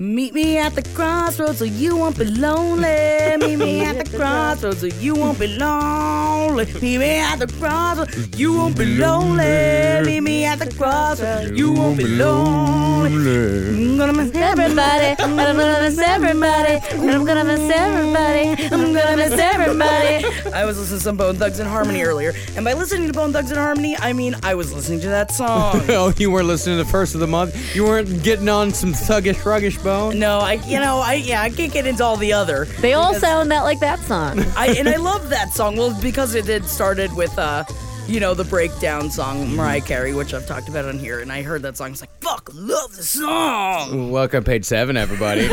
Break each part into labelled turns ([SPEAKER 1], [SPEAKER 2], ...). [SPEAKER 1] Meet me at the crossroads so you won't be lonely. Meet me at the crossroads so you won't be lonely. Meet me at the crossroads so you won't be lonely. Meet me at the crossroads so you won't be lonely. I'm gonna miss everybody. I'm gonna miss everybody. I'm gonna miss everybody. I'm gonna miss everybody. I was listening to some Bone Thugs and Harmony earlier, and by listening to Bone Thugs and Harmony, I mean I was listening to that song.
[SPEAKER 2] Oh, you weren't listening to the first of the month. You weren't getting on some thuggish, ruggish bone.
[SPEAKER 1] No, I you know I yeah I can't get into all the other.
[SPEAKER 3] They all sound that like that song.
[SPEAKER 1] I and I love that song. Well, because it had started with uh, you know, the breakdown
[SPEAKER 3] Mm-hmm.
[SPEAKER 1] song Mariah Carey, which I've talked about on here, and I heard that song. I was like, fuck, love this song.
[SPEAKER 2] Welcome, page seven, everybody.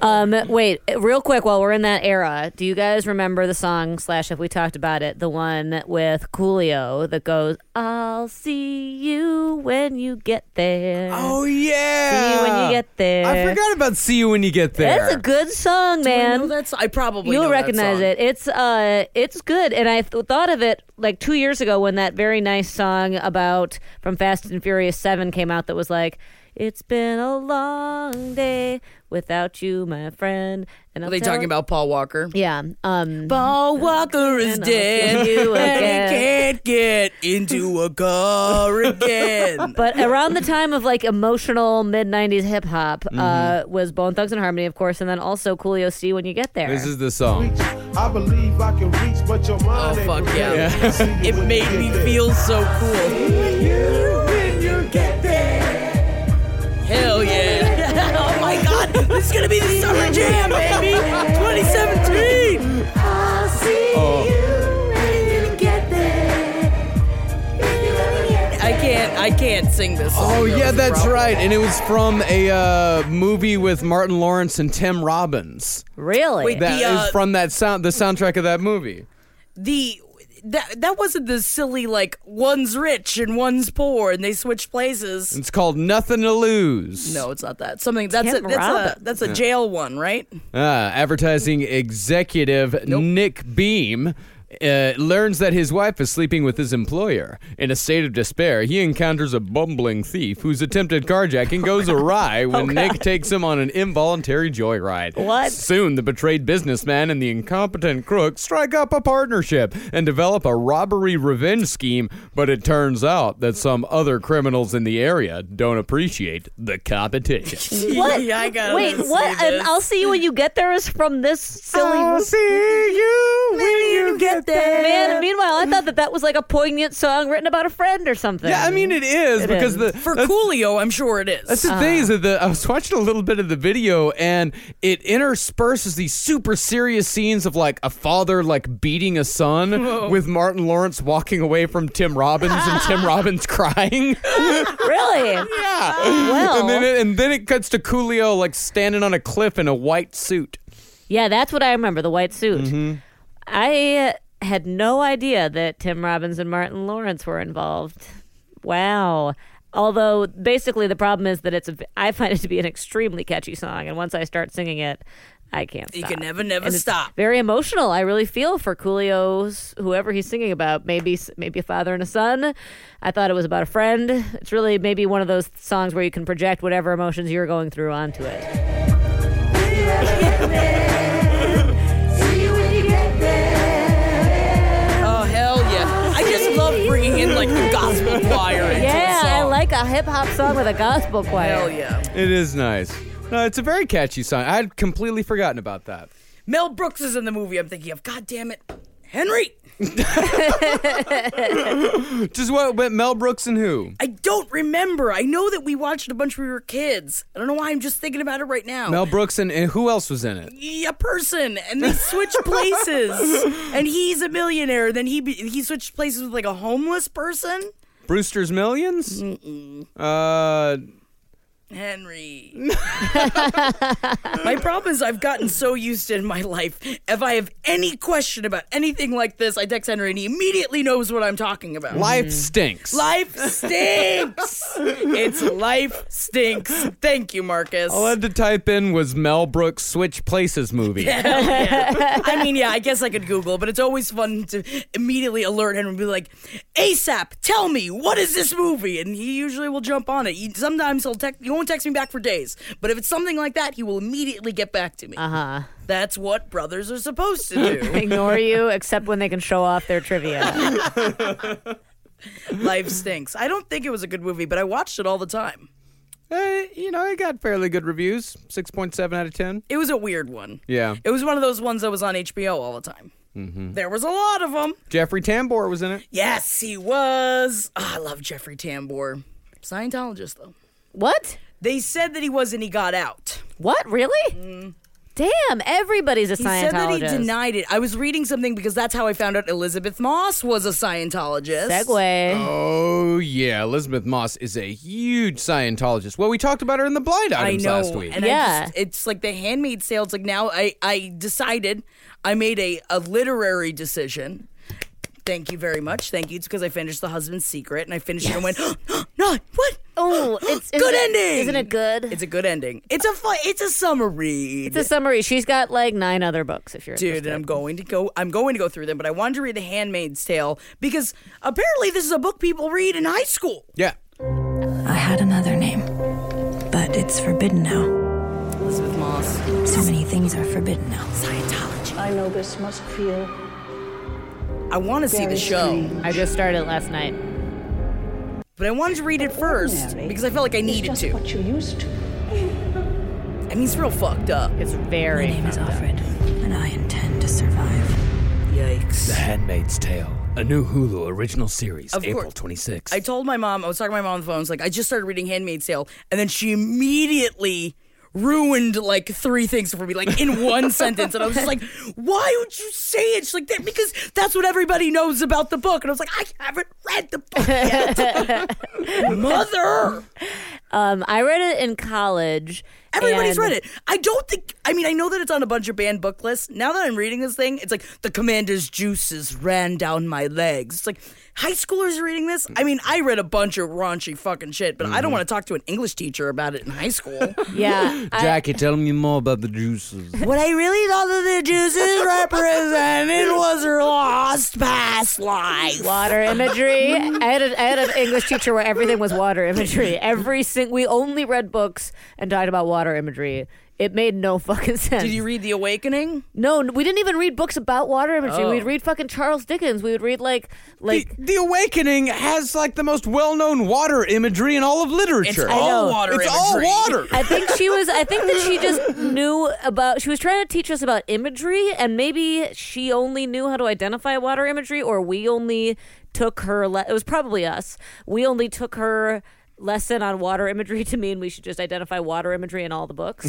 [SPEAKER 3] Um, wait, real quick, while we're in that era, do you guys remember the song slash if we talked about it, the one with Coolio that goes, "I'll see you when you get there."
[SPEAKER 2] oh yeah.
[SPEAKER 3] See you when you get there.
[SPEAKER 2] I forgot about see you when you get there.
[SPEAKER 3] That's a good song,
[SPEAKER 1] I
[SPEAKER 3] man.
[SPEAKER 1] know that's I probably
[SPEAKER 3] You'll
[SPEAKER 1] know that
[SPEAKER 3] recognize
[SPEAKER 1] song.
[SPEAKER 3] it. It's uh, it's good, and I th- thought of it like two years ago when that very nice song about from Fast and Furious Seven came out. That was like, "It's been a long day without you, my friend." And
[SPEAKER 1] Are
[SPEAKER 3] I'll
[SPEAKER 1] they
[SPEAKER 3] tell-
[SPEAKER 1] talking about Paul Walker?
[SPEAKER 3] Yeah. Um.
[SPEAKER 1] Paul Walker is
[SPEAKER 3] And I'll
[SPEAKER 1] dead,
[SPEAKER 3] see you
[SPEAKER 1] and he
[SPEAKER 3] again.
[SPEAKER 1] can't get into a car again.
[SPEAKER 3] But around the time of like emotional mid '90s hip hop uh,
[SPEAKER 1] Mm-hmm.
[SPEAKER 3] was Bone Thugs and Harmony, of course, and then also Coolio C. When you get there,
[SPEAKER 2] This is the song.
[SPEAKER 4] I believe I can reach, but your
[SPEAKER 1] Oh
[SPEAKER 4] mind
[SPEAKER 1] fuck yeah!
[SPEAKER 2] Yeah.
[SPEAKER 1] it made me feel so cool. Hell yeah! oh my god, this is gonna be the summer jam, baby, 2017.
[SPEAKER 2] Oh.
[SPEAKER 1] I can't, I can't sing this. Song,
[SPEAKER 2] Oh
[SPEAKER 1] though,
[SPEAKER 2] yeah,
[SPEAKER 1] is the
[SPEAKER 2] that's
[SPEAKER 1] problem.
[SPEAKER 2] right. And it was from a uh, movie with Martin Lawrence and Tim Robbins.
[SPEAKER 3] really?
[SPEAKER 1] Wait,
[SPEAKER 2] That is
[SPEAKER 1] The, uh,
[SPEAKER 2] from that sound, the soundtrack of that movie.
[SPEAKER 1] The that that wasn't the silly like one's rich and one's poor and they switch places.
[SPEAKER 2] It's called Nothing to Lose.
[SPEAKER 1] No, it's not that. Something that's a,
[SPEAKER 3] Tim
[SPEAKER 1] that's a
[SPEAKER 3] Robbins.
[SPEAKER 1] that's a jail one, right?
[SPEAKER 2] Uh, advertising executive Nick Beam uh, learns that his wife is sleeping with his employer. In a state of despair, he encounters a bumbling thief whose attempted carjacking goes awry when Nick takes him on an involuntary joyride.
[SPEAKER 3] What?
[SPEAKER 2] Soon, the betrayed businessman and the incompetent crook strike up a partnership and develop a robbery revenge scheme, but it turns out that some other criminals in the area don't appreciate the competition.
[SPEAKER 3] What?
[SPEAKER 1] Yeah, I gotta
[SPEAKER 3] Wait,
[SPEAKER 1] see
[SPEAKER 3] what?
[SPEAKER 1] this.
[SPEAKER 3] And I'll see you when you get there is from this silly.
[SPEAKER 2] see you when you get there.
[SPEAKER 3] Man, meanwhile, I thought that that was like a poignant song written about a friend or something.
[SPEAKER 2] Yeah, I mean it is
[SPEAKER 3] It
[SPEAKER 2] because
[SPEAKER 3] is. Uh.
[SPEAKER 2] the
[SPEAKER 1] For
[SPEAKER 2] that's,
[SPEAKER 1] Coolio, I'm sure it is.
[SPEAKER 2] that's the thing is that the, I was watching a little bit of the video and it intersperses these super serious scenes of like a father like beating a son with Martin Lawrence walking away from Tim Robbins and Tim Robbins crying.
[SPEAKER 3] really?
[SPEAKER 2] yeah.
[SPEAKER 3] Oh, Well.
[SPEAKER 2] And then it, and then it cuts to Coolio like standing on a cliff in a white suit.
[SPEAKER 3] Yeah, that's what I remember. The white suit. I uh, had no idea that Tim Robbins and Martin Lawrence were involved. Wow. Although basically the problem is that it's a, v- I find it to be an extremely catchy song, and once I start singing it, I can't.
[SPEAKER 1] You
[SPEAKER 3] stop.
[SPEAKER 1] can never, never
[SPEAKER 3] And it's
[SPEAKER 1] stop.
[SPEAKER 3] Very emotional. I really feel for Coolio's whoever he's singing about. Maybe s- maybe a father and a son. I thought it was about a friend. It's really maybe one of those songs where you can project whatever emotions you're going through onto it.
[SPEAKER 1] Oh hell Uh, yeah! I just love bringing in like the gospel choir. Into
[SPEAKER 3] Yeah,
[SPEAKER 1] the
[SPEAKER 3] I
[SPEAKER 1] song.
[SPEAKER 3] like like a hip hop song with a gospel choir.
[SPEAKER 1] Hell yeah.
[SPEAKER 2] It is nice. No, it's a very catchy song. I had completely forgotten about that.
[SPEAKER 1] Mel Brooks is in the movie. I'm thinking of. God damn it, Henry.
[SPEAKER 2] Just what? But Mel Brooks and who?
[SPEAKER 1] I don't remember. I know that we watched a bunch when we were kids. I don't know why I'm just thinking about it right now.
[SPEAKER 2] Mel Brooks and, and who else was in it?
[SPEAKER 1] a person and they switch places and he's a millionaire then he be- he switched places with like a homeless person
[SPEAKER 2] Brewster's 1000000s Uh,
[SPEAKER 1] henry my problem is i've gotten so used to in my life if i have any question about anything like this i text henry and he immediately knows what i'm talking about
[SPEAKER 2] life stinks.
[SPEAKER 1] Mm. life stinks it's life stinks thank you marcus
[SPEAKER 2] All I had to type in was Mel Brooks Switch Places movie.
[SPEAKER 1] Yeah. I mean, yeah, I guess I could Google, but it's always fun to immediately alert him and be like, ASAP, tell me, what is this movie? And he usually will jump on it. He, sometimes he'll text, he won't text me back for days, but if it's something like that, he will immediately get back to me. Uh huh. That's what brothers are supposed to do.
[SPEAKER 3] Ignore you except when they can show off their trivia.
[SPEAKER 1] Life stinks. I don't think it was a good movie, but I watched it all the time.
[SPEAKER 2] Eh, you know, it got fairly good reviews. 6.7 out of 10.
[SPEAKER 1] It was a weird one.
[SPEAKER 2] Yeah.
[SPEAKER 1] It was one of those ones that was on HBO all the time. There was a lot of them.
[SPEAKER 2] Jeffrey Tambor was in it.
[SPEAKER 1] Yes, he was. Ah, I love Jeffrey Tambor. Scientologist, though.
[SPEAKER 3] what?
[SPEAKER 1] They said that he was and he got out.
[SPEAKER 3] What? Really? Damn, everybody's a
[SPEAKER 1] He
[SPEAKER 3] Scientologist.
[SPEAKER 1] said that he denied it. I was reading something because that's how I found out Elizabeth Moss was a Scientologist.
[SPEAKER 3] Segway.
[SPEAKER 2] Oh, yeah. Elizabeth Moss is a huge Scientologist. Well, we talked about her in the blind
[SPEAKER 1] I
[SPEAKER 2] items
[SPEAKER 1] know.
[SPEAKER 2] last week.
[SPEAKER 1] And I
[SPEAKER 3] Yeah.
[SPEAKER 1] just, it's like the handmade sale. It's like now I, I decided I made a, a literary decision. Thank you very much. Thank you. It's because I finished The Husband's Secret and I finished it and went, no, what?
[SPEAKER 3] Oh, it's
[SPEAKER 1] Good
[SPEAKER 3] isn't it-
[SPEAKER 1] ending!
[SPEAKER 3] Isn't it good?
[SPEAKER 1] It's a good ending. It's a fun, it's a summer read.
[SPEAKER 3] It's a summary. She's got like nine other books. If you're
[SPEAKER 1] dude and i'm going to go i'm going to go through them but i wanted to read the handmaid's tale because apparently this is a book people read in high school
[SPEAKER 2] yeah.
[SPEAKER 5] I had another name, but it's forbidden now.
[SPEAKER 1] elizabeth moss
[SPEAKER 5] So many things are forbidden now.
[SPEAKER 1] scientology
[SPEAKER 6] I know this must feel
[SPEAKER 1] i want to see the show
[SPEAKER 3] I just started last night.
[SPEAKER 1] but i wanted to read it first
[SPEAKER 6] Ordinary
[SPEAKER 1] because i felt like i
[SPEAKER 6] It's
[SPEAKER 1] needed
[SPEAKER 6] just
[SPEAKER 1] to
[SPEAKER 6] what you used to.
[SPEAKER 1] i mean it's real fucked up
[SPEAKER 3] It's
[SPEAKER 5] My
[SPEAKER 3] very.
[SPEAKER 5] name is
[SPEAKER 3] fucked up.
[SPEAKER 5] Alfred, and I intend to survive.
[SPEAKER 1] yikes
[SPEAKER 2] Handmaid's Tale, a new Hulu original series,
[SPEAKER 1] Of April course.
[SPEAKER 2] 26th.
[SPEAKER 1] i told my mom i was talking to my mom on the phone I was like i just started reading handmaid's tale and then she immediately ruined like three things for me like in one sentence and i was just like why would you say it she's like that because that's what everybody knows about the book and i was like i haven't read the book yet mother
[SPEAKER 3] Um, I read it in college.
[SPEAKER 1] everybody's
[SPEAKER 3] and-
[SPEAKER 1] read it i don't think i mean i know that it's on a bunch of banned book lists now that i'm reading this thing it's like the commander's juices ran down my legs it's like high schoolers are reading this i mean i read a bunch of raunchy fucking shit but i don't want to talk to an english teacher about it in high school
[SPEAKER 3] Yeah. I-
[SPEAKER 2] Jackie, tell me more about the juices.
[SPEAKER 1] What I really thought that the juices represented was her lost past life.
[SPEAKER 3] Water imagery. I had, a, I had an English teacher where everything was water imagery. Every sing- we only read books and talked about water imagery. It made no fucking sense.
[SPEAKER 1] Did you read The Awakening?
[SPEAKER 3] no, we didn't even read books about water imagery.
[SPEAKER 1] Oh.
[SPEAKER 3] We'd read fucking Charles Dickens. We would read like like
[SPEAKER 2] the, the Awakening has like the most well-known water imagery in all of literature.
[SPEAKER 1] It's all I know. water
[SPEAKER 2] It's all
[SPEAKER 1] imagery.
[SPEAKER 2] water.
[SPEAKER 3] I think she was. I think that she just knew about. She was trying to teach us about imagery, and maybe she only knew how to identify water imagery, or we only took her. Le- it was probably us. We only took her lesson on water imagery to mean we should just identify water imagery in all the books,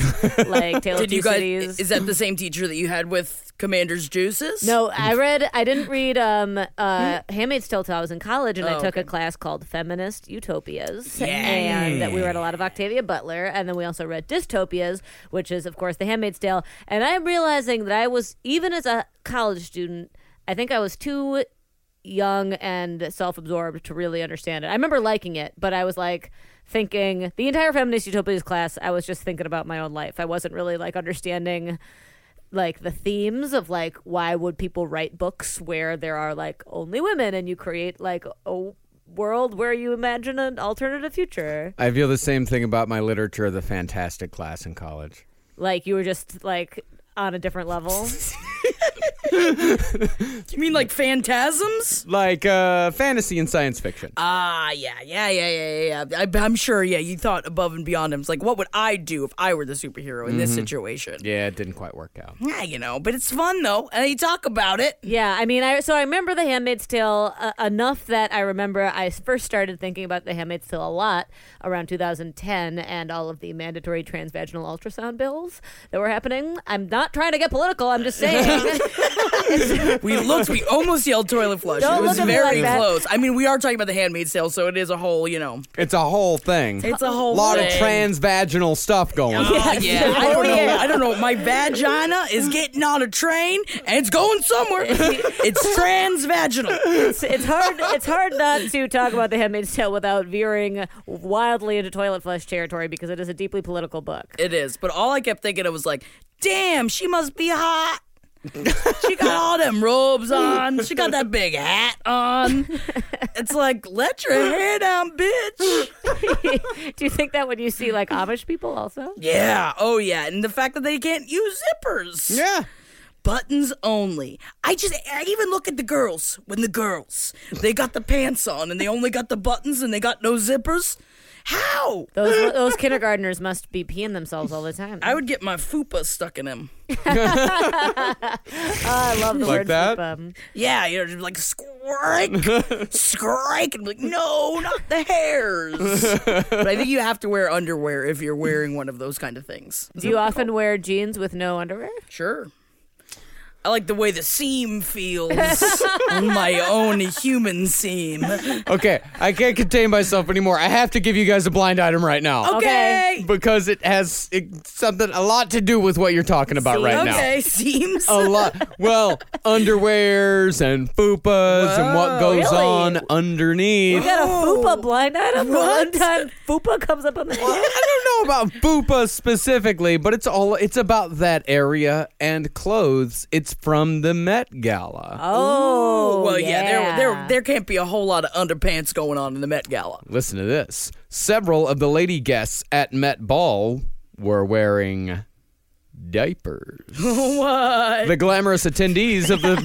[SPEAKER 3] like Tale of
[SPEAKER 1] Did
[SPEAKER 3] Two
[SPEAKER 1] you guys?
[SPEAKER 3] Cities.
[SPEAKER 1] Is that the same teacher that you had with Commander's Juices?
[SPEAKER 3] no, I read. I didn't read um, uh, *Handmaid's Tale* till I was in college, and I took a class called *Feminist Utopias*, and that we read a lot of Octavia Butler, and then we also read *Dystopias*, which is, of course, *The Handmaid's Tale*. And I'm realizing that I was, even as a college student, I think I was too young and self-absorbed to really understand it. I remember liking it, but I was like thinking the entire *Feminist Utopias* class. I was just thinking about my own life. I wasn't really like understanding like the themes of like why would people write books where there are like only women and you create like a world where you imagine an alternative future
[SPEAKER 2] I feel the same thing about my literature of the fantastic class in college.
[SPEAKER 3] like you were just like on a different level
[SPEAKER 1] You mean like phantasms?
[SPEAKER 2] like uh, fantasy and science fiction.
[SPEAKER 1] Ah, yeah, yeah, yeah, yeah, yeah, yeah. I, I'm sure. Yeah, you thought above and beyond him. It's like, what would I do if I were the superhero in
[SPEAKER 3] Mm-hmm.
[SPEAKER 1] this situation?
[SPEAKER 2] yeah, it didn't quite work out.
[SPEAKER 1] Yeah, you know, but it's fun though, and you talk about it.
[SPEAKER 3] Yeah, I mean, I so I remember The Handmaid's Tale uh, enough that I remember I first started thinking about The Handmaid's Tale a lot around 2010 and all of the mandatory transvaginal ultrasound bills that were happening. I'm not trying to get political. I'm just saying.
[SPEAKER 1] We looked, we almost yelled toilet flush.
[SPEAKER 3] Don't
[SPEAKER 1] it was
[SPEAKER 3] look at me
[SPEAKER 1] very
[SPEAKER 3] like that.
[SPEAKER 1] close. I mean, we are talking about the handmaid sale, so it is a whole, you know,
[SPEAKER 2] It's a whole thing.
[SPEAKER 1] it's a whole
[SPEAKER 2] lot of
[SPEAKER 1] thing.
[SPEAKER 2] transvaginal stuff going on.
[SPEAKER 1] Oh, yeah, I don't
[SPEAKER 3] Oh,
[SPEAKER 1] know.
[SPEAKER 3] yeah.
[SPEAKER 1] I don't know. My vagina is getting on a train and it's going somewhere. It's transvaginal.
[SPEAKER 3] it's, it's hard. It's hard not to talk about The Handmaid's Tale without veering wildly into toilet flush territory because it is a deeply political book.
[SPEAKER 1] It is. But all I kept thinking of was like, damn, she must be hot. she got all them robes on. She got that big hat on. It's like, let your hair down, bitch.
[SPEAKER 3] Do you think that when you see like Amish people also?
[SPEAKER 1] Yeah. Oh, yeah. And the fact that they can't use zippers.
[SPEAKER 2] Yeah.
[SPEAKER 1] buttons only. I just, I even look at the girls when the girls, they got the pants on and they only got the buttons and they got no zippers. How?
[SPEAKER 3] Those those kindergartners must be peeing themselves all the time.
[SPEAKER 1] I would get my fupa stuck in him.
[SPEAKER 3] Ah, I love the
[SPEAKER 2] Like
[SPEAKER 3] word
[SPEAKER 2] that?
[SPEAKER 3] "foop-um."
[SPEAKER 1] Yeah, you know, just like scrike, scrike, and be like, no, not the hairs. but I think you have to wear underwear if you're wearing one of those kind of things.
[SPEAKER 3] Do you often wear jeans with no underwear?
[SPEAKER 1] Sure. I like the way the seam feels on my own human seam.
[SPEAKER 2] Okay, I can't contain myself anymore. I have to give you guys a blind item right now.
[SPEAKER 1] Okay.
[SPEAKER 2] Because it has it, something a lot to do with what you're talking about right now.
[SPEAKER 1] Okay, seams.
[SPEAKER 2] A lot. Well, underwears and fupas and what goes
[SPEAKER 3] really?
[SPEAKER 2] on underneath.
[SPEAKER 3] You got a fupa blind item. The One
[SPEAKER 1] Oh, What?
[SPEAKER 3] time fupa comes up on the
[SPEAKER 2] I don't know about fupa specifically, but it's all it's about that area and clothes. It's from the Met Gala.
[SPEAKER 3] Oh,
[SPEAKER 1] well, yeah, there,
[SPEAKER 3] yeah.
[SPEAKER 1] there there can't be a whole lot of underpants going on in the Met Gala.
[SPEAKER 2] Listen to this. Several of the lady guests at Met Ball were wearing diapers.
[SPEAKER 1] What?
[SPEAKER 2] The glamorous attendees of the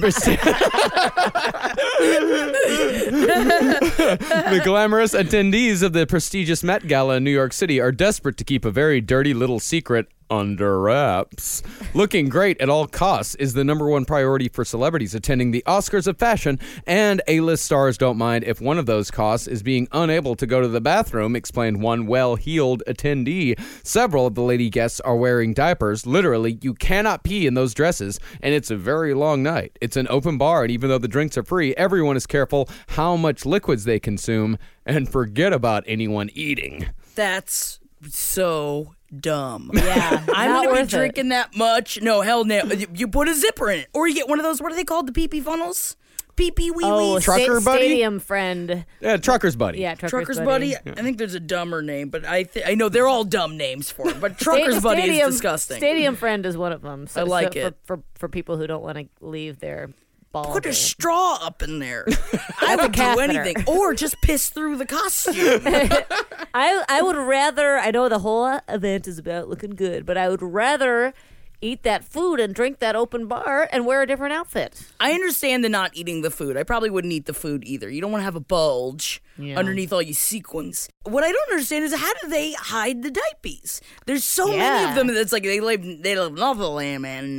[SPEAKER 2] the glamorous attendees of the prestigious Met Gala in New York City are desperate to keep a very dirty little secret under wraps. Looking great at all costs is the number one priority for celebrities attending the Oscars of fashion, and A-list stars don't mind if one of those costs is being unable to go to the bathroom, explained one well-heeled attendee. Several of the lady guests are wearing diapers. Literally, you cannot pee in those dresses, and it's a very long night. It's an open bar, and even though the drinks are free, everyone is careful how much liquids they consume and forget about anyone eating.
[SPEAKER 1] That's so dumb. Yeah,
[SPEAKER 3] not
[SPEAKER 1] I'm gonna be
[SPEAKER 3] worth it.
[SPEAKER 1] drinking that much. No, hell no. You- You put a zipper in it, or you get one of those. What are they called? The pee pee funnels? Pee pee wee
[SPEAKER 3] oh,
[SPEAKER 1] wee.
[SPEAKER 2] Trucker
[SPEAKER 3] sta-
[SPEAKER 2] buddy?
[SPEAKER 3] stadium friend.
[SPEAKER 2] Yeah, trucker's buddy.
[SPEAKER 3] Yeah, trucker's,
[SPEAKER 1] Trucker's buddy. I think there's a dumber name, but I th- I know they're all dumb names for it. But
[SPEAKER 3] Sta-
[SPEAKER 1] trucker's buddy
[SPEAKER 3] stadium-
[SPEAKER 1] is disgusting.
[SPEAKER 3] Stadium friend is one of them. So,
[SPEAKER 1] I like
[SPEAKER 3] so
[SPEAKER 1] it.
[SPEAKER 3] for, for for people who don't want to leave their ball.
[SPEAKER 1] Put a
[SPEAKER 3] game.
[SPEAKER 1] straw up in there. I would do
[SPEAKER 3] catheter.
[SPEAKER 1] anything, or just piss through the costume.
[SPEAKER 3] I I would rather. I know the whole event is about looking good, but I would rather eat that food and drink that open bar and wear a different outfit.
[SPEAKER 1] I understand the not eating the food. I probably wouldn't eat the food either. You don't want to have a bulge underneath all your sequins. What I don't understand is how do they hide the diapies? There's so many
[SPEAKER 3] Yeah.
[SPEAKER 1] of them that's like they live they live off the land, man.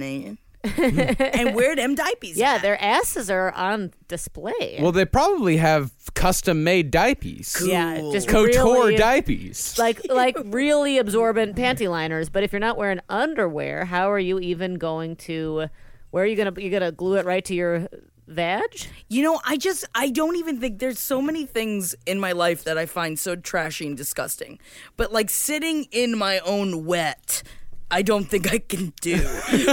[SPEAKER 1] man. and wear them diapies.
[SPEAKER 3] Yeah,
[SPEAKER 1] at?
[SPEAKER 3] their asses are on display.
[SPEAKER 2] Well, they probably have custom made diapers.
[SPEAKER 3] yeah, Uh, just
[SPEAKER 2] Couture
[SPEAKER 3] really,
[SPEAKER 2] diapers.
[SPEAKER 3] Like like really absorbent panty liners. But if you're not wearing underwear, how are you even going to? Where are you gonna you gonna glue it right to your vag?
[SPEAKER 1] You know, I just I don't even think there's so many things in my life that I find so trashy and disgusting. But like sitting in my own wet, I don't think I can do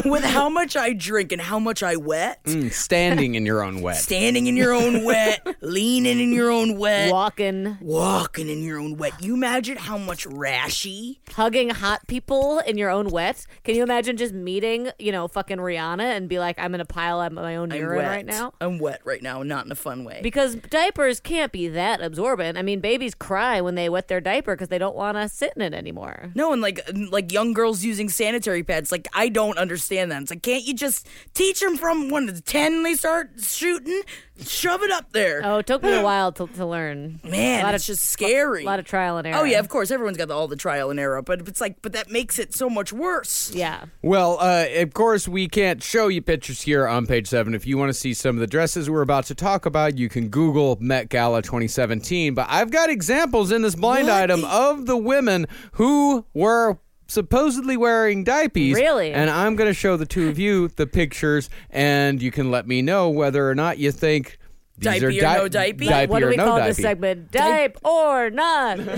[SPEAKER 1] with how much I drink and how much I wet.
[SPEAKER 2] standing in your own wet.
[SPEAKER 1] standing in your own wet, leaning in your own wet,
[SPEAKER 3] Walking,
[SPEAKER 1] walking in your own wet. You imagine how much rashy?
[SPEAKER 3] hugging hot people in your own wet. Can you imagine just meeting, you know, fucking Rihanna and be like, I'm in a pile of my own
[SPEAKER 1] I'm
[SPEAKER 3] urine
[SPEAKER 1] wet
[SPEAKER 3] right now?
[SPEAKER 1] I'm wet right now, not in a fun way.
[SPEAKER 3] Because diapers can't be that absorbent. I mean, babies cry when they wet their diaper because they don't want to sit in it anymore.
[SPEAKER 1] no, and like like young girls using sanitary pads. Like I don't understand that. It's like can't you just teach them from when it's ten they start shooting, shove it up there.
[SPEAKER 3] Oh, it took me a while to, to learn.
[SPEAKER 1] Man,
[SPEAKER 3] a lot
[SPEAKER 1] it's
[SPEAKER 3] of,
[SPEAKER 1] just scary.
[SPEAKER 3] A lot of trial and error.
[SPEAKER 1] Oh yeah, of course everyone's got the, all the trial and error, but it's like, but that makes it so much worse.
[SPEAKER 3] yeah.
[SPEAKER 2] Well, uh, of course, we can't show you pictures here on page seven. If you want to see some of the dresses we're about to talk about, you can Google Met Gala 2017. But I've got examples in this blind item of the women who were supposedly wearing diapers.
[SPEAKER 3] Really?
[SPEAKER 2] And I'm going to show the two of you the pictures, and you can let me know whether or not you think. These
[SPEAKER 1] Diaper
[SPEAKER 2] are
[SPEAKER 1] or no diaper?
[SPEAKER 2] diaper
[SPEAKER 3] what do
[SPEAKER 2] or
[SPEAKER 3] we
[SPEAKER 2] no
[SPEAKER 3] call this
[SPEAKER 2] diaper.
[SPEAKER 3] segment? Dipe or not?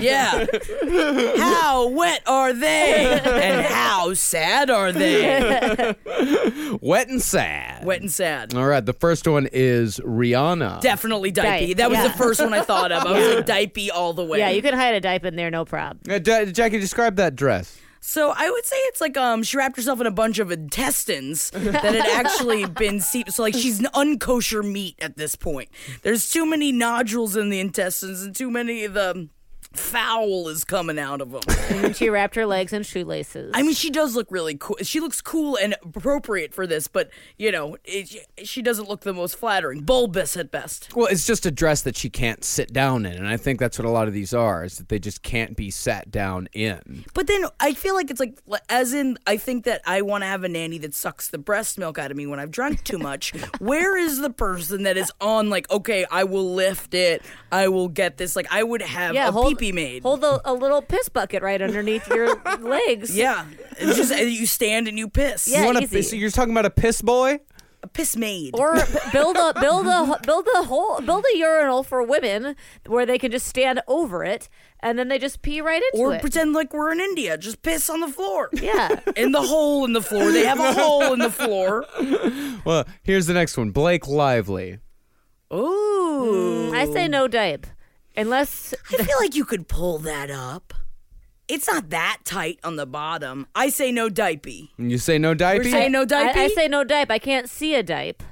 [SPEAKER 1] Yeah. how wet are they? And how sad are they?
[SPEAKER 2] Wet and sad.
[SPEAKER 1] Wet and sad.
[SPEAKER 2] All right, the first one is Rihanna.
[SPEAKER 1] Definitely dipey.
[SPEAKER 3] Dipe,
[SPEAKER 1] That was
[SPEAKER 3] yeah.
[SPEAKER 1] the first one I thought of. I was like dipey all the way.
[SPEAKER 3] yeah, you can hide a dipe in there, no prob.
[SPEAKER 2] Uh, Ja- Jackie, describe that dress.
[SPEAKER 1] So I would say it's like um she wrapped herself in a bunch of intestines that had actually been seeped. So like she's an unkosher meat at this point. There's too many nodules in the intestines and too many of the foul is coming out of them.
[SPEAKER 3] And she wrapped her legs in shoelaces.
[SPEAKER 1] I mean, she does look really cool. She looks cool and appropriate for this, but you know, it, she doesn't look the most flattering. Bulbous at best.
[SPEAKER 2] Well, it's just a dress that she can't sit down in, and I think that's what a lot of these are, is that they just can't be sat down in.
[SPEAKER 1] But then I feel like it's like, as in, I think that I want to have a nanny that sucks the breast milk out of me when I've drunk too much. Where is the person that is on, like, okay, I will lift it, I will get this? Like, I would have
[SPEAKER 3] yeah,
[SPEAKER 1] a
[SPEAKER 3] hold,
[SPEAKER 1] pee pee made.
[SPEAKER 3] Hold a, a little piss bucket right underneath your legs.
[SPEAKER 1] yeah. It's just uh, you stand and you piss.
[SPEAKER 3] Yeah,
[SPEAKER 2] you wanna-
[SPEAKER 3] easy.
[SPEAKER 2] so you're talking about a piss boy?
[SPEAKER 1] A piss made.
[SPEAKER 3] Or b- build a build a build a whole build a urinal for women where they can just stand over it and then they just pee right into
[SPEAKER 1] or
[SPEAKER 3] it.
[SPEAKER 1] pretend like we're in India, just piss on the floor.
[SPEAKER 3] yeah.
[SPEAKER 1] In the hole in the floor. They have a hole in the floor.
[SPEAKER 2] Well, here's the next one, Blake Lively.
[SPEAKER 1] Ooh.
[SPEAKER 3] I say no dipe. Unless
[SPEAKER 1] I feel like you could pull that up. It's not that tight on the bottom. I say no dipey.
[SPEAKER 2] And You say no diaper?
[SPEAKER 1] We're saying no
[SPEAKER 3] I,
[SPEAKER 1] dipey.
[SPEAKER 3] I say no dipe. I can't see a dipe.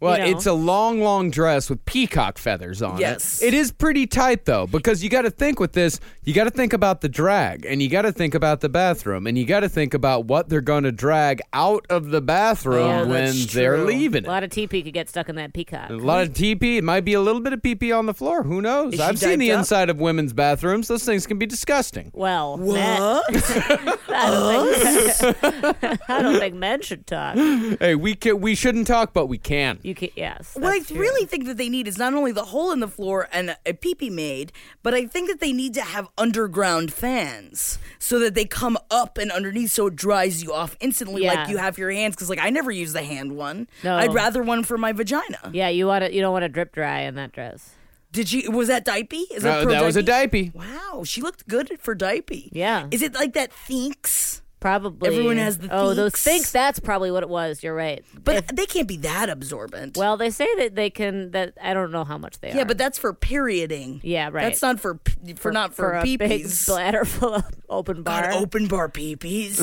[SPEAKER 2] well,
[SPEAKER 3] you know.
[SPEAKER 2] it's a long, long dress with peacock feathers on
[SPEAKER 1] Yes.
[SPEAKER 2] it. It is pretty tight though, because you got to think with this, you got to think about the drag, and you got to think about the bathroom, and you got to think about what they're going to drag out of the bathroom
[SPEAKER 3] Yeah.
[SPEAKER 2] when
[SPEAKER 1] That's
[SPEAKER 2] they're
[SPEAKER 1] true.
[SPEAKER 2] leaving.
[SPEAKER 3] A
[SPEAKER 2] it.
[SPEAKER 3] lot of TP could get stuck in that peacock.
[SPEAKER 2] A lot of TP. It might be a little bit of PP on the floor. Who knows?
[SPEAKER 1] Is she
[SPEAKER 2] I've seen the
[SPEAKER 1] diped up?
[SPEAKER 2] inside of women's bathrooms. Those things can be disgusting.
[SPEAKER 3] Well, Matt- I, don't think, I don't think men should talk.
[SPEAKER 2] Hey, we can, we shouldn't talk, but we can.
[SPEAKER 3] You can, yes.
[SPEAKER 1] What I
[SPEAKER 3] that's true.
[SPEAKER 1] really think that they need is not only the hole in the floor and a peepee made, but I think that they need to have underground fans so that they come up and underneath so it dries you off instantly
[SPEAKER 3] Yeah.
[SPEAKER 1] like you have your hands. Because, like, I never use the hand one.
[SPEAKER 3] No.
[SPEAKER 1] I'd rather one for my vagina.
[SPEAKER 3] Yeah, you want to. You don't want to drip dry in that dress.
[SPEAKER 1] Did you? Was that dipey? Is
[SPEAKER 2] Uh, that was a
[SPEAKER 1] pro-dipey?
[SPEAKER 2] diaper.
[SPEAKER 1] Wow, she looked good for dipey.
[SPEAKER 3] Yeah.
[SPEAKER 1] Is it like that thinks?
[SPEAKER 3] Probably
[SPEAKER 1] Everyone has the
[SPEAKER 3] oh those
[SPEAKER 1] thinks.
[SPEAKER 3] thinks. That's probably what it was. You're right.
[SPEAKER 1] But they can't be that absorbent.
[SPEAKER 3] Well, they say that they can. That I don't know how much they are.
[SPEAKER 1] yeah, but that's for perioding.
[SPEAKER 3] Yeah, right.
[SPEAKER 1] That's not for p- for, not for,
[SPEAKER 3] a big
[SPEAKER 1] peepees.
[SPEAKER 3] bladder full of open
[SPEAKER 1] God,
[SPEAKER 3] bar.
[SPEAKER 1] open bar peepees.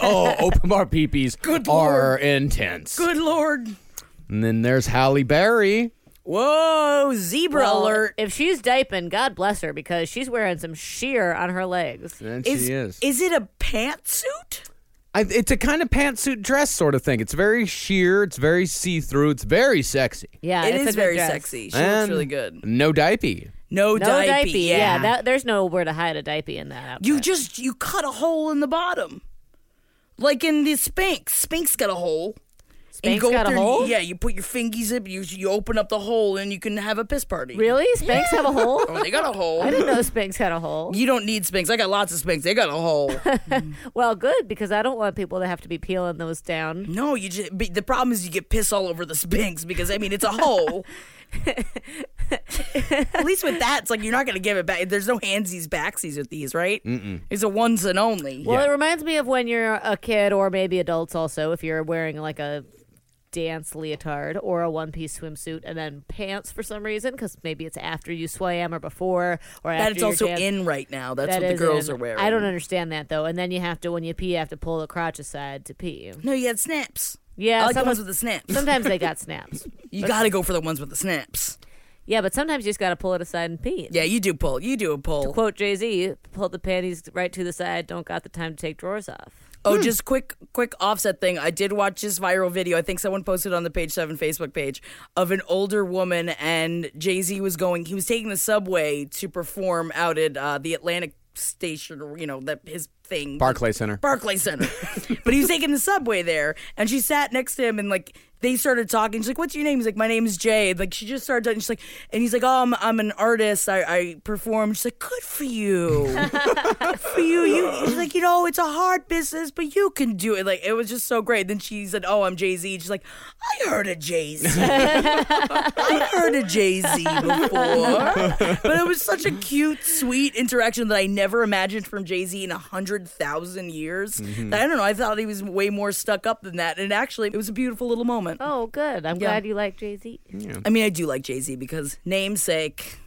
[SPEAKER 2] oh, open bar peepees
[SPEAKER 1] Good
[SPEAKER 2] are
[SPEAKER 1] lord.
[SPEAKER 2] intense.
[SPEAKER 1] Good lord.
[SPEAKER 2] And then there's Halle Berry.
[SPEAKER 1] Whoa, zebra
[SPEAKER 3] Well,
[SPEAKER 1] alert.
[SPEAKER 3] If she's diping, God bless her because she's wearing some sheer on her legs.
[SPEAKER 2] And
[SPEAKER 1] Is,
[SPEAKER 2] she is.
[SPEAKER 1] is it a pantsuit?
[SPEAKER 2] I, it's a kind of pantsuit dress sort of thing. It's very sheer. It's very see through. It's very sexy.
[SPEAKER 3] Yeah,
[SPEAKER 1] it
[SPEAKER 3] it's a
[SPEAKER 1] is
[SPEAKER 3] good
[SPEAKER 1] very
[SPEAKER 3] dress.
[SPEAKER 1] sexy. She looks
[SPEAKER 2] And
[SPEAKER 1] really good.
[SPEAKER 2] No diaper.
[SPEAKER 1] No,
[SPEAKER 3] No
[SPEAKER 1] dipey.
[SPEAKER 3] diaper. Yeah, that, there's nowhere to hide a diaper in that outfit.
[SPEAKER 1] you just you cut a hole in the bottom. Like in the Spanx. Spanx got a hole. And
[SPEAKER 3] Spanx
[SPEAKER 1] go
[SPEAKER 3] got a
[SPEAKER 1] through-
[SPEAKER 3] hole?
[SPEAKER 1] Yeah, you put your fingies in, you, you open up the hole, and you can have a piss party.
[SPEAKER 3] Really? Spanx have a hole?
[SPEAKER 1] Oh, they got a hole.
[SPEAKER 3] I didn't know Spanx had a hole.
[SPEAKER 1] You don't need Spanx. I got lots of Spanx. They got a hole.
[SPEAKER 3] Well, good because I don't want people to have to be peeling those down.
[SPEAKER 1] no, you just. But the problem is you get piss all over the Spanx because I mean it's a hole. At least with that, it's like you're not gonna give it back. There's no handsies backsies with these, right? Mm-mm. It's a ones and only.
[SPEAKER 3] Well, it reminds me of when you're a kid or maybe adults also if you're wearing like a dance leotard or a one-piece swimsuit and then pants for some reason cuz maybe it's after you swam or before or
[SPEAKER 1] That
[SPEAKER 3] after
[SPEAKER 1] it's
[SPEAKER 3] your
[SPEAKER 1] also
[SPEAKER 3] dance.
[SPEAKER 1] in right now. That's
[SPEAKER 3] That
[SPEAKER 1] what the
[SPEAKER 3] is
[SPEAKER 1] girls
[SPEAKER 3] in.
[SPEAKER 1] are wearing.
[SPEAKER 3] I don't understand that though. And then you have to when you pee you have to pull the crotch aside to pee.
[SPEAKER 1] No, you had snaps.
[SPEAKER 3] Yeah,
[SPEAKER 1] I like the
[SPEAKER 3] some-
[SPEAKER 1] ones with the snaps.
[SPEAKER 3] Sometimes they got snaps.
[SPEAKER 1] You got to go for the ones with the snaps.
[SPEAKER 3] Yeah, but sometimes you just got to pull it aside and pee.
[SPEAKER 1] Yeah, you do pull. You do a pull.
[SPEAKER 3] Quote Jay Z, pull the panties right to the side, don't got the time to take drawers off.
[SPEAKER 1] Oh, just quick, quick offset thing. I did watch this viral video. I think someone posted on the page seven Facebook page of an older woman, and Jay Z was going. He was taking the subway to perform out at uh, the Atlantic station, or you know, that his thing,
[SPEAKER 2] Barclay Center.
[SPEAKER 1] Barclay Center. but he was taking the subway there, and she sat next to him, and like they started talking. She's like, "What's your name?" He's like, "My name's Jay." Like she just started, talking. she's like, and he's like, "Oh, I'm, I'm an artist. I, I perform." She's like, "Good for you, Good for you." You she's like, you know, it's a hard business, but you can do it. Like it was just so great. Then she said, "Oh, I'm Jay Z." She's like, "I heard of Jay Z. I heard of Jay Z before." But it was such a cute, sweet interaction that I never imagined from Jay Z in a hundred thousand years. I don't know. I thought he was way more stuck up than that, and actually, it was a beautiful little moment.
[SPEAKER 3] Oh, good. I'm glad you like Jay Z.
[SPEAKER 1] I mean, I do like Jay Z because namesake,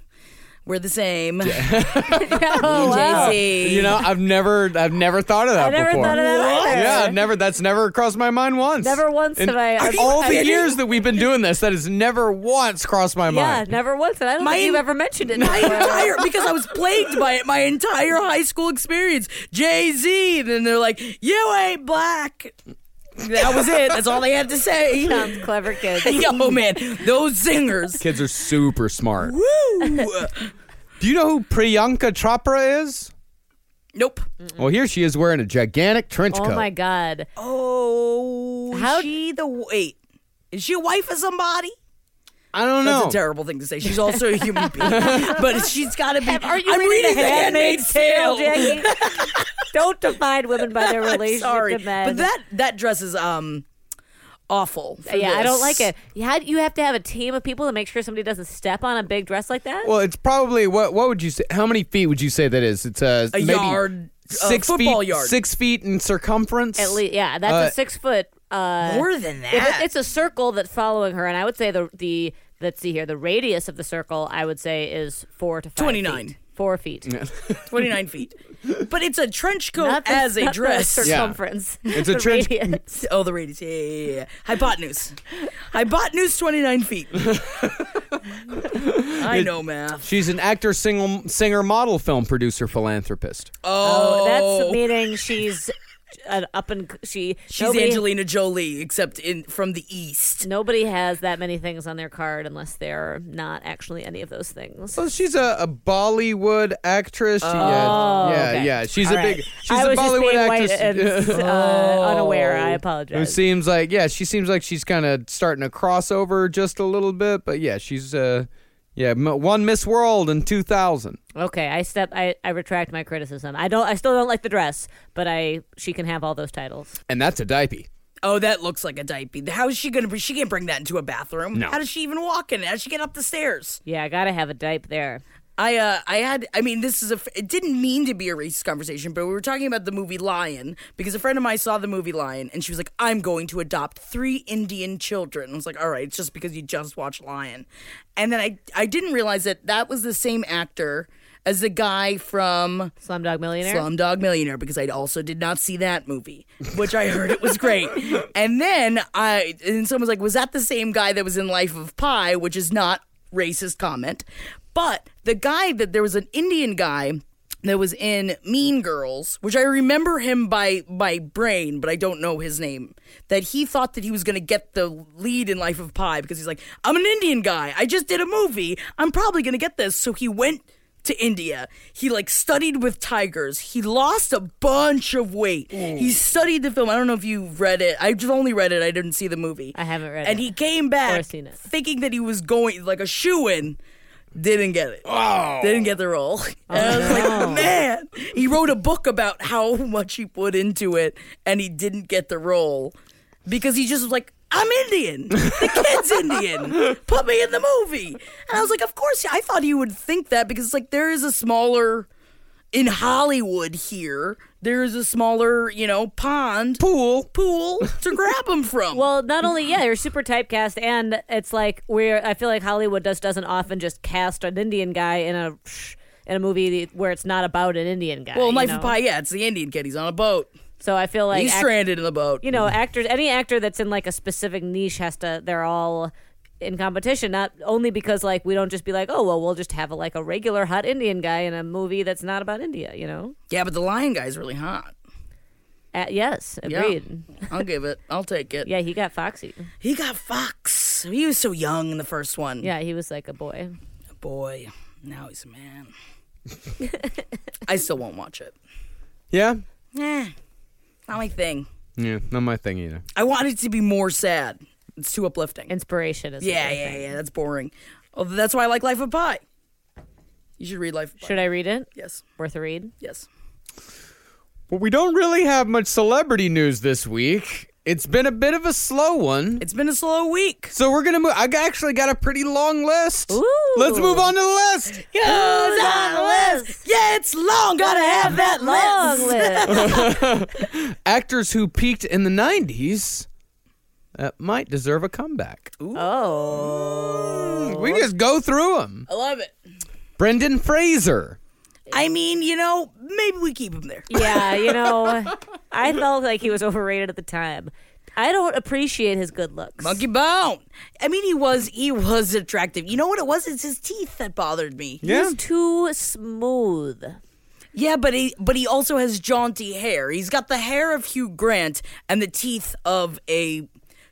[SPEAKER 1] we're the same.
[SPEAKER 3] Oh, wow.
[SPEAKER 1] Jay Z.
[SPEAKER 2] You know, I've never, I've never thought of that
[SPEAKER 3] I never
[SPEAKER 2] before.
[SPEAKER 3] thought of that either.
[SPEAKER 2] Yeah, I've never. That's never crossed my mind once.
[SPEAKER 3] Never once
[SPEAKER 2] In
[SPEAKER 3] have I- Are you
[SPEAKER 2] all the
[SPEAKER 3] kidding?
[SPEAKER 2] years that we've been doing this, that has never once crossed my
[SPEAKER 3] Yeah,
[SPEAKER 2] mind.
[SPEAKER 3] never once. And I don't
[SPEAKER 1] My-
[SPEAKER 3] think you've ever mentioned it.
[SPEAKER 1] my entire because I was plagued by it my entire high school experience. Jay Z. Then they're like, "You ain't black." That was it. That's all they had to say.
[SPEAKER 3] Sounds clever, kids.
[SPEAKER 1] Yo, man, those singers.
[SPEAKER 2] Kids are super smart.
[SPEAKER 1] Woo.
[SPEAKER 2] Do you know who Priyanka Chopra is?
[SPEAKER 1] Nope.
[SPEAKER 2] Well, here she is wearing a gigantic trench coat.
[SPEAKER 3] Oh my God.
[SPEAKER 1] Oh,
[SPEAKER 3] How-
[SPEAKER 1] she the wait? Is she a wife of somebody?
[SPEAKER 2] I don't know.
[SPEAKER 1] That's a terrible thing to say. She's also a human being, but she's got to be.
[SPEAKER 3] Are you
[SPEAKER 1] I'm reading The Handmaid's Tale.
[SPEAKER 3] Jackie? don't define women by their relationship
[SPEAKER 1] Sorry,
[SPEAKER 3] to men.
[SPEAKER 1] but that that dress is um awful. for
[SPEAKER 3] yeah, I don't
[SPEAKER 1] this.
[SPEAKER 3] like it. You, had, you have to have a team of people to make sure somebody doesn't step on a big dress like that.
[SPEAKER 2] Well, it's probably what? What would you say? How many feet would you say that is? It's uh,
[SPEAKER 1] A
[SPEAKER 2] maybe
[SPEAKER 1] yard, a
[SPEAKER 2] six
[SPEAKER 1] football
[SPEAKER 2] feet,
[SPEAKER 1] yard.
[SPEAKER 2] six feet in circumference.
[SPEAKER 3] At least, yeah, that's
[SPEAKER 2] Uh,
[SPEAKER 3] a six foot. Uh,
[SPEAKER 1] More than that,
[SPEAKER 3] if it- it's a circle that's following her, and I would say the the let's see here, the radius of the circle I would say is four to five
[SPEAKER 1] 29.
[SPEAKER 3] feet. four feet.
[SPEAKER 1] twenty nine feet. But it's a trench coat
[SPEAKER 3] Not the-
[SPEAKER 1] Oh, as a
[SPEAKER 3] not the
[SPEAKER 1] dress.
[SPEAKER 3] circumference.
[SPEAKER 2] It's a
[SPEAKER 3] The
[SPEAKER 2] trench-
[SPEAKER 3] radius.
[SPEAKER 1] Oh, the radius. Yeah, yeah, yeah, yeah. Hypotenuse. Hypotenuse, 29 feet. I know math.
[SPEAKER 2] She's an actor, single, singer, model, film producer, philanthropist.
[SPEAKER 3] Oh, that's meaning she's an up and she.
[SPEAKER 1] She's
[SPEAKER 3] nobody,
[SPEAKER 1] Angelina Jolie, except in from the East.
[SPEAKER 3] Nobody has that many things on their card unless they're not actually any of those things.
[SPEAKER 2] Well, she's a, a Bollywood actress. She, yeah, yeah,
[SPEAKER 3] Oh, okay.
[SPEAKER 2] yeah. She's
[SPEAKER 3] All
[SPEAKER 2] a
[SPEAKER 3] right.
[SPEAKER 2] big. She's
[SPEAKER 3] I
[SPEAKER 2] a
[SPEAKER 3] was just
[SPEAKER 2] Bollywood
[SPEAKER 3] being white
[SPEAKER 2] actress.
[SPEAKER 3] and uh, unaware.
[SPEAKER 1] Oh.
[SPEAKER 3] I
[SPEAKER 2] Who
[SPEAKER 3] apologize.
[SPEAKER 2] seems like yeah, she seems like she's kind of starting to cross over just a little bit, but yeah, she's uh, yeah, m- one Miss World in two thousand.
[SPEAKER 3] Okay, I step. I, I retract my criticism. I don't. I still don't like the dress, but I she can have all those titles.
[SPEAKER 2] And that's a diaper.
[SPEAKER 1] Oh, that looks like a diaper. How is she gonna? br- She can't bring that into a bathroom.
[SPEAKER 2] No.
[SPEAKER 1] How does she even walk in? it? How does she get up the stairs?
[SPEAKER 3] Yeah, I gotta have a diaper there.
[SPEAKER 1] I uh, I had I mean this is a f- it didn't mean to be a racist conversation, but we were talking about the movie Lion because a friend of mine saw the movie Lion and she was like, I'm going to adopt three Indian children. I was like, all right, it's just because you just watched Lion, and then I I didn't realize that that was the same actor as the guy from
[SPEAKER 3] Slumdog Millionaire.
[SPEAKER 1] Slumdog Millionaire because I also did not see that movie, which I heard it was great. And then I and someone was like, "Was that the same guy that was in Life of Pi?" Which is not racist comment, but the guy that there was an Indian guy that was in Mean Girls, which I remember him by by brain, but I don't know his name. That he thought that he was going to get the lead in Life of Pi because he's like, "I'm an Indian guy. I just did a movie. I'm probably going to get this." So he went to India. He like studied with tigers. He lost a bunch of weight. He studied the film. I don't know if you read it. I've just only read it. I didn't see the movie.
[SPEAKER 3] I haven't read
[SPEAKER 1] And
[SPEAKER 3] it.
[SPEAKER 1] he came back
[SPEAKER 3] Or seen it.
[SPEAKER 1] thinking that he was going like a shoe in. Didn't get it. Oh. Didn't get the role. and I was
[SPEAKER 3] Oh,
[SPEAKER 1] like, man. He wrote a book about how much he put into it and he didn't get the role because he just was like, I'm Indian. The kid's Indian. Put me in the movie. And I was like, of course. I thought he would think that because like there is a smaller in Hollywood here. There is a smaller, you know, pond pool pool to grab him from.
[SPEAKER 3] Well, not only yeah, you're super typecast, and it's like we're. I feel like Hollywood just doesn't often just cast an Indian guy in a in a movie where it's not about an Indian guy.
[SPEAKER 1] Well,
[SPEAKER 3] you
[SPEAKER 1] Life
[SPEAKER 3] know?
[SPEAKER 1] of Pi, yeah, it's the Indian kid. He's on a boat.
[SPEAKER 3] So I feel like
[SPEAKER 1] He's
[SPEAKER 3] act-
[SPEAKER 1] stranded in the boat.
[SPEAKER 3] you know, actors. Any actor that's in like a specific niche has to. They're all in competition, not only because like we don't just be like, oh well, we'll just have a, like a regular hot Indian guy in a movie that's not about India. You know,
[SPEAKER 1] Yeah, but the lion guy's really hot.
[SPEAKER 3] Uh, yes, agreed.
[SPEAKER 1] Yeah, I'll give it. I'll take it.
[SPEAKER 3] Yeah, he got foxy.
[SPEAKER 1] He got Fox. He was so young in the first one.
[SPEAKER 3] Yeah, he was like a boy.
[SPEAKER 1] Boy, now he's a man. I still won't watch it.
[SPEAKER 2] Yeah?
[SPEAKER 1] Eh, not my thing.
[SPEAKER 2] Yeah, not my thing either.
[SPEAKER 1] I want it to be more sad. It's too uplifting.
[SPEAKER 3] Inspiration is.
[SPEAKER 1] yeah, yeah, yeah. That's boring. Although that's why I like Life of Pi. You should read Life of Pi.
[SPEAKER 3] Should I read it?
[SPEAKER 1] Yes,
[SPEAKER 3] Worth a read.
[SPEAKER 1] yes.
[SPEAKER 2] Well, we don't really have much celebrity news this week. It's been a bit of a slow one.
[SPEAKER 1] It's been a slow week.
[SPEAKER 2] So we're gonna move. I g- actually got a pretty long list. Let's move on to the list.
[SPEAKER 1] Who's on the list? Yeah, it's long. Gotta have that
[SPEAKER 3] Long
[SPEAKER 1] list.
[SPEAKER 3] live.
[SPEAKER 2] Actors who peaked in the '90s that might deserve a comeback.
[SPEAKER 3] oh.
[SPEAKER 2] We can just go through them.
[SPEAKER 1] I love it.
[SPEAKER 2] Brendan Fraser.
[SPEAKER 1] I mean, you know, maybe we keep him there.
[SPEAKER 3] Yeah, you know, I felt like he was overrated at the time. I don't appreciate his good looks.
[SPEAKER 1] Monkey Bone. I mean, he was he was attractive. You know what it was? It's his teeth that bothered me.
[SPEAKER 2] Yeah.
[SPEAKER 3] He's too smooth.
[SPEAKER 1] Yeah, but he but he also has jaunty hair. He's got the hair of Hugh Grant and the teeth of a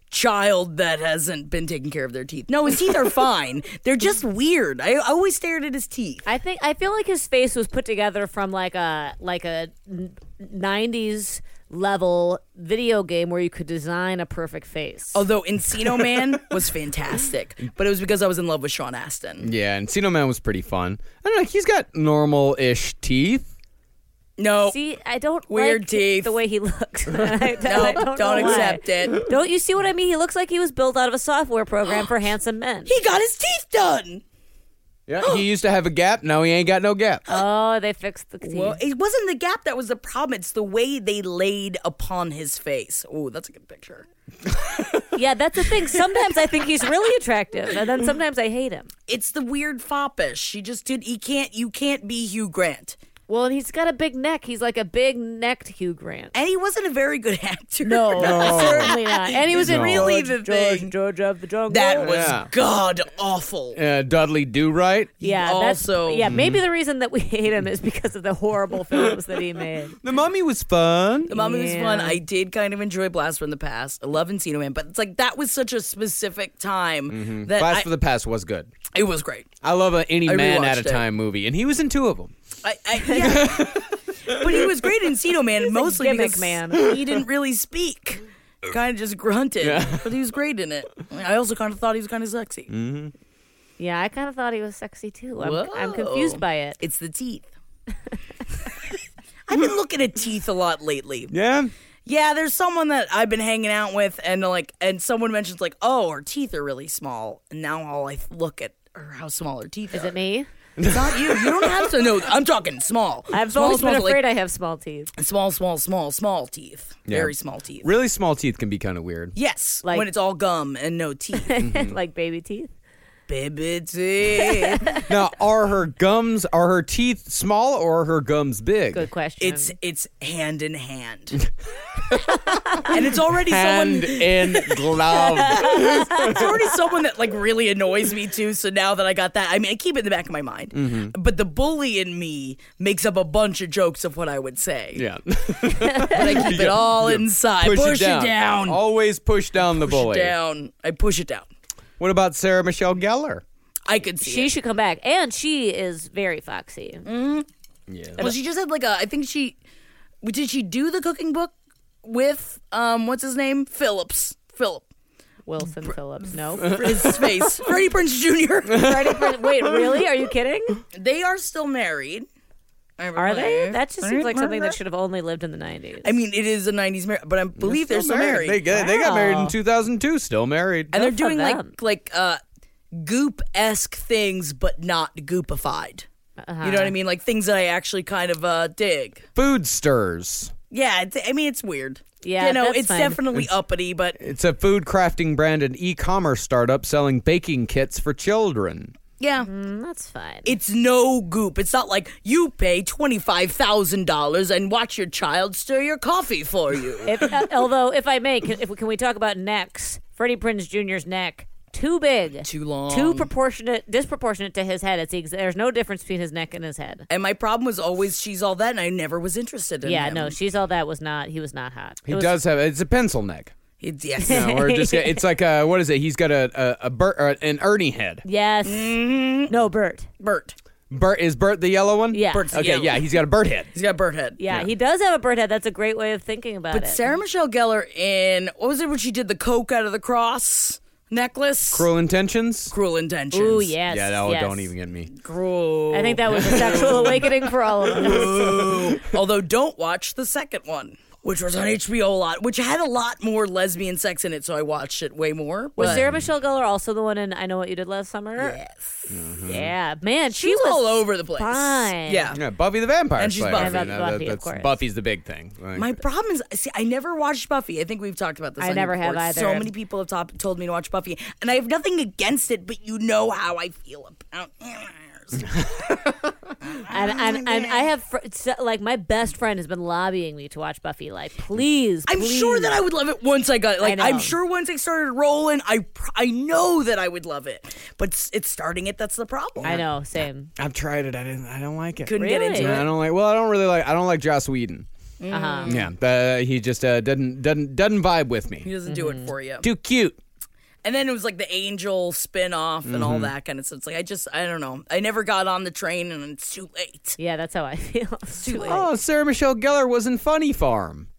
[SPEAKER 1] child that hasn't been taking care of their teeth. No, his teeth are fine. They're just weird. I, I always stared at his teeth.
[SPEAKER 3] I think I feel like his face was put together from like a like a n- '90s level video game where you could design a perfect face.
[SPEAKER 1] Although Encino Man was fantastic, but it was because I was in love with Sean Astin.
[SPEAKER 2] Yeah, and Encino Man was pretty fun. I don't know. He's got normal-ish teeth.
[SPEAKER 1] No,
[SPEAKER 3] See, I don't
[SPEAKER 1] Weird
[SPEAKER 3] like
[SPEAKER 1] teeth.
[SPEAKER 3] the way he looks. no,
[SPEAKER 1] no, don't, accept it.
[SPEAKER 3] Don't you see what I mean? He looks like he was built out of a software program for handsome men.
[SPEAKER 1] He got his teeth done.
[SPEAKER 2] Yeah, he used to have a gap. Now he ain't got no gap.
[SPEAKER 3] Oh, they fixed the teeth.
[SPEAKER 1] Well, it wasn't the gap that was the problem. It's the way they laid upon his face. Oh, that's a good picture.
[SPEAKER 3] Yeah, that's the thing. Sometimes I think he's really attractive, and then sometimes I hate him.
[SPEAKER 1] It's the weird foppish. He just did. He can't. You can't be Hugh Grant.
[SPEAKER 3] Well, and he's got a big neck. He's like a big necked Hugh Grant.
[SPEAKER 1] And he wasn't a very good actor.
[SPEAKER 3] certainly not. And he was in
[SPEAKER 1] really
[SPEAKER 3] George,
[SPEAKER 1] the thing.
[SPEAKER 3] George, George of the Jungle.
[SPEAKER 1] that was
[SPEAKER 2] Yeah.
[SPEAKER 1] god awful.
[SPEAKER 2] Uh, Dudley Do Right.
[SPEAKER 3] yeah,
[SPEAKER 1] also- Mm.
[SPEAKER 3] that's, yeah. Maybe the reason that we hate him is because of the horrible films that he made.
[SPEAKER 2] The Mummy was fun.
[SPEAKER 1] The Mummy was
[SPEAKER 3] Yeah.
[SPEAKER 1] fun. I did kind of enjoy Blast from the Past. I love Encino Man, but it's like that was such a specific time that
[SPEAKER 2] Mm-hmm. Blast
[SPEAKER 1] I-
[SPEAKER 2] for the Past was good.
[SPEAKER 1] it was great.
[SPEAKER 2] I love a any
[SPEAKER 1] I
[SPEAKER 2] man at a
[SPEAKER 1] rewatched it.
[SPEAKER 2] time movie, and he was in two of them.
[SPEAKER 1] I, I, yeah. but he was great in Encino Man, mostly
[SPEAKER 3] gimmick
[SPEAKER 1] because
[SPEAKER 3] man.
[SPEAKER 1] he didn't really speak. Kind of just grunted, but he was great in it. I also kind of thought he was kind of sexy.
[SPEAKER 3] Yeah, I kind of thought he was sexy too. I'm, I'm
[SPEAKER 1] Whoa.
[SPEAKER 3] confused by it.
[SPEAKER 1] It's the teeth. I've been looking at teeth a lot lately.
[SPEAKER 2] Yeah.
[SPEAKER 1] Yeah, there's someone that I've been hanging out with, and like, and someone mentions like, "Oh, her teeth are really small." And now all I look at are how small her teeth
[SPEAKER 3] Is
[SPEAKER 1] are.
[SPEAKER 3] it me?
[SPEAKER 1] It's not you. You don't have to know. I'm talking small.
[SPEAKER 3] I've
[SPEAKER 1] small,
[SPEAKER 3] always
[SPEAKER 1] small,
[SPEAKER 3] been
[SPEAKER 1] like,
[SPEAKER 3] afraid I have small teeth.
[SPEAKER 1] small, small, small, small teeth. Very small teeth.
[SPEAKER 2] Really small teeth can be kind of weird.
[SPEAKER 1] Yes,
[SPEAKER 3] Like-
[SPEAKER 1] when it's all gum and no teeth,
[SPEAKER 3] like baby teeth.
[SPEAKER 1] baby teeth.
[SPEAKER 2] now, are her gums, are her teeth small or are her gums big?
[SPEAKER 3] Good question.
[SPEAKER 1] It's it's hand in hand, and it's already
[SPEAKER 2] Hand
[SPEAKER 1] someone.
[SPEAKER 2] in glove.
[SPEAKER 1] It's already someone that like really annoys me too. So now that I got that, I mean, I keep it in the back of my mind.
[SPEAKER 2] Mm-hmm.
[SPEAKER 1] But the bully in me makes up a bunch of jokes of what I would say.
[SPEAKER 2] yeah.
[SPEAKER 1] But I keep it all inside.
[SPEAKER 2] push,
[SPEAKER 1] it down.
[SPEAKER 2] Always push down the
[SPEAKER 1] push
[SPEAKER 2] bully.
[SPEAKER 1] it down. I push it down.
[SPEAKER 2] What about Sarah Michelle Gellar?
[SPEAKER 1] I could see.
[SPEAKER 3] she
[SPEAKER 1] it.
[SPEAKER 3] should come back, and she is very foxy.
[SPEAKER 1] Mm. Well, she just had like a. I think she did. She do the cooking book with um. What's his name? Phillips. Philip.
[SPEAKER 3] Wilson Phillips. No,
[SPEAKER 1] His face. Freddie Prince Jr.
[SPEAKER 3] Freddie Prinze- Wait, really? Are you kidding?
[SPEAKER 1] they are still married. I
[SPEAKER 3] Are they?
[SPEAKER 1] believe.
[SPEAKER 3] That just seems like something that should have only lived in the '90s.
[SPEAKER 1] I mean, it is a '90s marriage, but I believe they're still married.
[SPEAKER 2] They, got- they got married in
[SPEAKER 3] Wow.
[SPEAKER 2] 2002, still married.
[SPEAKER 1] and they're
[SPEAKER 3] for
[SPEAKER 1] doing
[SPEAKER 3] them.
[SPEAKER 1] like like uh goop esque things, but not goopified.
[SPEAKER 3] Uh-huh.
[SPEAKER 1] You know
[SPEAKER 3] Ah.
[SPEAKER 1] what I mean? Like things that I actually kind of uh dig.
[SPEAKER 2] Food stirs.
[SPEAKER 1] Yeah, it's, I mean it's weird.
[SPEAKER 3] Yeah,
[SPEAKER 1] you know
[SPEAKER 3] that's
[SPEAKER 1] it's
[SPEAKER 3] fine.
[SPEAKER 1] definitely uppity, but
[SPEAKER 2] It's a food crafting brand and e commerce startup selling baking kits for children.
[SPEAKER 1] yeah.
[SPEAKER 3] Mm, that's fine.
[SPEAKER 1] It's no goop. It's not like you pay twenty five thousand dollars and watch your child stir your coffee for you.
[SPEAKER 3] If- uh, although, if I may, can, if, can we talk about necks? Freddie Prinze Jr.'s neck too big,
[SPEAKER 1] Too long.
[SPEAKER 3] too proportionate, disproportionate to his head. It's the ex- there's no difference between his neck and his head.
[SPEAKER 1] And my problem was always she's all that, and I never was interested in
[SPEAKER 3] yeah,
[SPEAKER 1] him.
[SPEAKER 3] no, she's all that was not. He was not hot.
[SPEAKER 2] He
[SPEAKER 3] It was-
[SPEAKER 2] does have it's a pencil neck.
[SPEAKER 1] It- yes.
[SPEAKER 2] You know, or just it's like a, what is it? He's got a a, a Bert, uh, an Ernie head.
[SPEAKER 3] Yes.
[SPEAKER 1] Mm-hmm.
[SPEAKER 3] No, Bert.
[SPEAKER 1] Bert.
[SPEAKER 2] Bert is Bert the yellow one.
[SPEAKER 3] Yeah.
[SPEAKER 1] Bert's
[SPEAKER 2] Okay.
[SPEAKER 1] yellow.
[SPEAKER 2] Yeah, he's got a Bert head.
[SPEAKER 1] He's got a bird head.
[SPEAKER 3] Yeah, he does have a bird head. That's a great way of thinking about
[SPEAKER 1] But
[SPEAKER 3] it.
[SPEAKER 1] Sarah Michelle Gellar in what was it when she did the coke out of the cross necklace?
[SPEAKER 2] Cruel intentions.
[SPEAKER 1] Cruel intentions.
[SPEAKER 3] Ooh, yes.
[SPEAKER 2] yeah. No,
[SPEAKER 3] yes.
[SPEAKER 2] don't even get me.
[SPEAKER 1] Cruel.
[SPEAKER 3] I think that was a sexual awakening for all of us.
[SPEAKER 1] Although don't watch the second one, which was on HBO a lot, which had a lot more lesbian sex in it, so I watched it way more.
[SPEAKER 3] Was
[SPEAKER 1] but-
[SPEAKER 3] Sarah Michelle Gellar also the one in I Know What You Did Last Summer?
[SPEAKER 1] Yes.
[SPEAKER 3] Yeah, man, she
[SPEAKER 1] She's
[SPEAKER 3] was
[SPEAKER 1] all over the place.
[SPEAKER 3] Fine.
[SPEAKER 1] Yeah.
[SPEAKER 2] Yeah, Buffy the Vampire
[SPEAKER 1] And she's
[SPEAKER 2] Slayer.
[SPEAKER 1] Buffy.
[SPEAKER 2] I mean,
[SPEAKER 3] Yeah,
[SPEAKER 2] uh,
[SPEAKER 3] Buffy, of
[SPEAKER 2] that's-
[SPEAKER 3] course.
[SPEAKER 2] Buffy's the big thing. Like,
[SPEAKER 1] My problem is, see, I never watched Buffy. I think we've talked about this.
[SPEAKER 3] I
[SPEAKER 1] on
[SPEAKER 3] never
[SPEAKER 1] here
[SPEAKER 3] have
[SPEAKER 1] before.
[SPEAKER 3] either.
[SPEAKER 1] So many people have top, told me to watch Buffy, and I have nothing against it, but you know how I feel about.
[SPEAKER 3] And, and, and I have fr- so- like my best friend has been lobbying me to watch Buffy. Like, please,
[SPEAKER 1] I'm sure
[SPEAKER 3] please.
[SPEAKER 1] that I would love it once I got it. Like
[SPEAKER 3] know.
[SPEAKER 1] I'm sure once I started rolling, I pr- I know that I would love it. But it's, it's starting it that's the problem.
[SPEAKER 3] I know, same.
[SPEAKER 2] I've tried it. I didn't. I don't like it.
[SPEAKER 1] Couldn't get
[SPEAKER 3] Really?
[SPEAKER 1] into
[SPEAKER 2] I
[SPEAKER 1] it.
[SPEAKER 2] don't like. Well, I don't really like. I don't like Joss Whedon.
[SPEAKER 3] Uh-huh.
[SPEAKER 2] Yeah, uh, he just uh, doesn't doesn't doesn't vibe with
[SPEAKER 1] He
[SPEAKER 2] me.
[SPEAKER 1] doesn't do
[SPEAKER 3] Mm-hmm.
[SPEAKER 1] it for you.
[SPEAKER 2] Too cute.
[SPEAKER 1] And then it was like the angel spin off and all that kind of stuff. It's like I just I don't know. I never got on the train and it's too late.
[SPEAKER 3] Yeah, that's how I feel.
[SPEAKER 1] Too late.
[SPEAKER 2] Oh, Sarah Michelle Gellar was in Funny Farm,